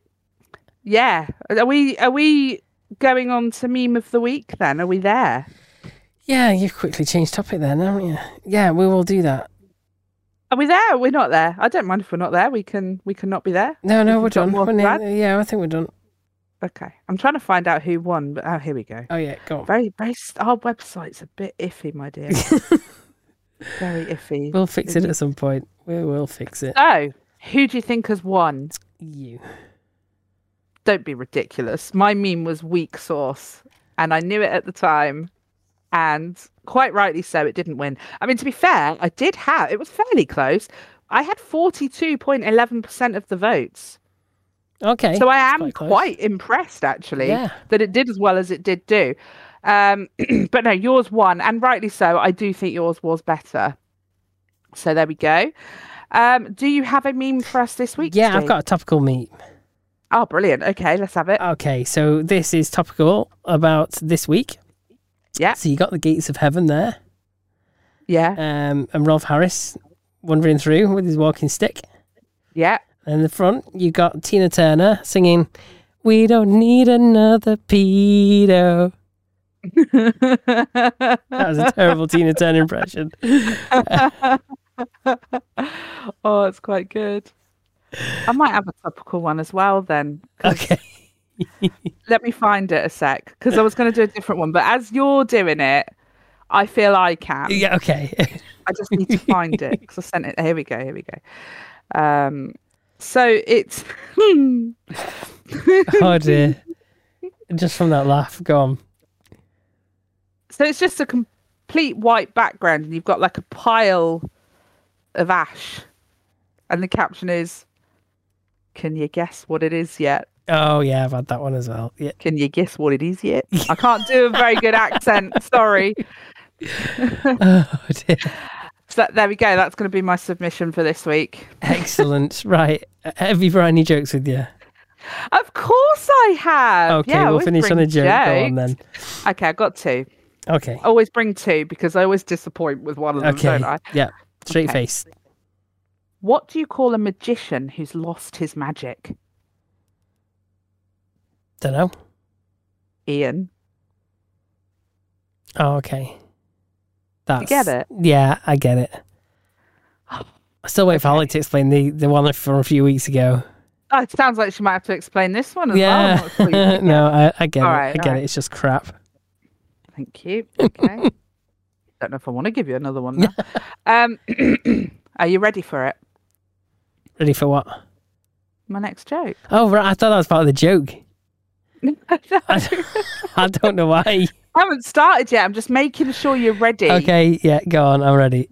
yeah, are we are we going on to meme of the week? Then are we there?
Yeah, you've quickly changed topic then, haven't you? Yeah, we will do that.
Are we there? We're not there. I don't mind if we're not there. We can we can not be there.
No, no,
Have
we're
you got
done.
more
We're
to
near-
add?
yeah, I think we're done.
Okay, I'm trying to find out who won, but oh, here we go.
Oh yeah, go on.
very very s- our website's a bit iffy my dear very iffy
We'll fix it at some point. We will fix it.
so who do you think has won
You.
don't be ridiculous my meme was weak sauce and i knew it at the time and quite rightly so it didn't win i mean to be fair i did have it was fairly close i had 42.11% of the votes
Okay.
so i am
Eh, quite
quite,
close.
impressed actually
Yeah.
that it did as well as it did do um but no yours won and rightly so i do think yours was better so there we go um do you have a meme for us this week
yeah, I've
Steve?
got Uh, a topical meet.
oh brilliant okay let's have it
Okay, so this is topical about this week.
Yeah.
So you got the gates of heaven there,
yeah
um, and Rolf Harris wandering through with his walking stick.
yeah
And in the front, you got Tina Turner singing, "We don't need another pedo." That was a terrible Tina Turner impression.
oh it's quite good i might have a topical one as well then 'cause
Okay.
let me find it a sec because i was going to do a different one but as you're doing it i feel i can
Yeah. Okay.
I just need to find it because I sent it. Here we go. Here we go. Um, so it's
oh dear. Just from that laugh, go on.
so it's just a complete white background, and you've got like a pile of ash, and the caption is, "Can you guess what it is yet?
Oh yeah, I've had that one as well. Yeah.
Can you guess what it is yet?" I can't do a very good accent. Sorry.
Oh dear.
So there we go. That's going to be my submission for this week.
Excellent. right. Have you brought any jokes with you?
Of course, I have.
Okay,
Yeah, I
we'll
always
finish on a
bring
joke. Go on then.
jokes. Okay, I got two.
Okay.
I always bring two because I always disappoint with one of them,
Okay.
Oh, don't I?
Yeah. Straight
Okay.
face.
What do you call a magician who's lost his magic?
Don't know.
Ian.
Oh, okay. That's,
get it?
Yeah, I get it. I still wait for Holly to explain the, the one from a few weeks ago.
Oh, it sounds like she might have to explain this one as
yeah.
well. I'm not sure you-
no, I, I get
All
it.
right,
I
all
get it.
right.
It's just crap.
Thank you. Okay. don't know if I want to give you another one. now. um, are you ready for it?
Ready for what?
my next joke.
Oh, right. I thought that was part of the joke.
I
I, I don't know why.
haven't started yet. I'm just making sure you're ready.
Okay, yeah, go on. I'm ready.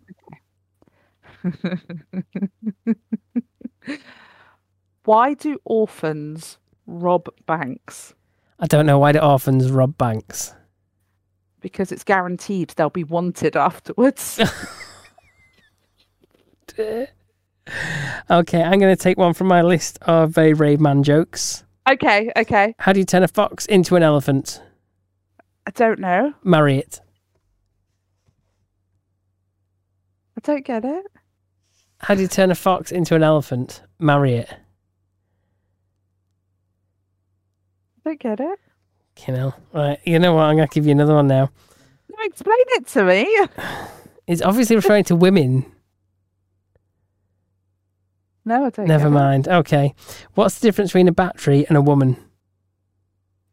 Why do orphans rob banks?
I don't know why the orphans rob banks.
Because it's guaranteed they'll be wanted afterwards.
Okay, I'm going to take one from my list of very brave man jokes.
okay, okay.
How do you turn a fox into an elephant?
I don't know.
Marry it.
I don't get it.
How do you turn a fox into an elephant? Marry it.
I don't get it.
You know, right? You know what? I'm going to give you another one now.
No, explain it to me.
It's obviously referring to women.
No, I don't.
Never
get it.
mind. Okay. What's the difference between a battery and a woman?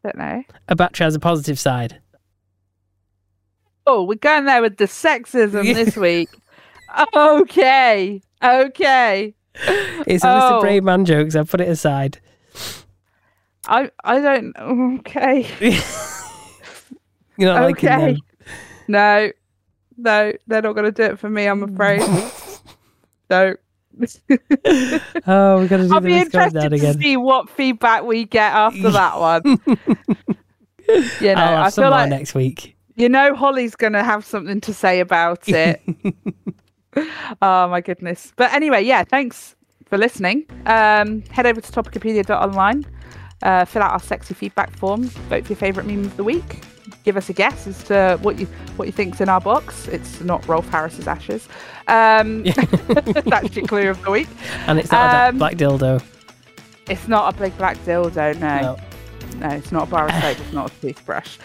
Don't know.
A battery has a positive side.
Oh, we're going there with the sexism this week. Okay, okay.
It's a list
Oh.
of brave man jokes. I put it aside.
I I don't. Okay.
You're not liking
Okay.
them.
No, no, they're not going to do it for me. I'm afraid. no.
Oh, we've got to do
I'll
the
be
Miss Granddad
interested to
again.
see what feedback we get after that one.
I'll
you know,
have
I
some
feel
more
like
next week.
you know Holly's going to have something to say about it. oh my goodness! But anyway, yeah, thanks for listening. Um, head over to topicopedia.online, uh, fill out our sexy feedback form, vote for your favourite meme of the week. Give us a guess as to what you what you think's in our box. It's not Rolf Harris's ashes. Um, that's your clue of the week.
And it's not a
Um,
da- black dildo.
It's not a big black dildo, no. No, it's not a bar of soap, it's not a toothbrush.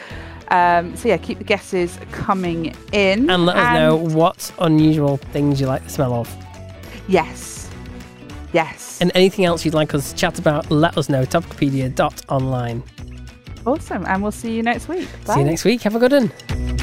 Um, so yeah, keep the guesses coming in.
And let us know what unusual things you like the smell of.
Yes. Yes.
And anything else you'd like us to chat about, let us know. Topicopedia.online.
awesome. And we'll see you next week. Bye.
See you next week. Have a good one.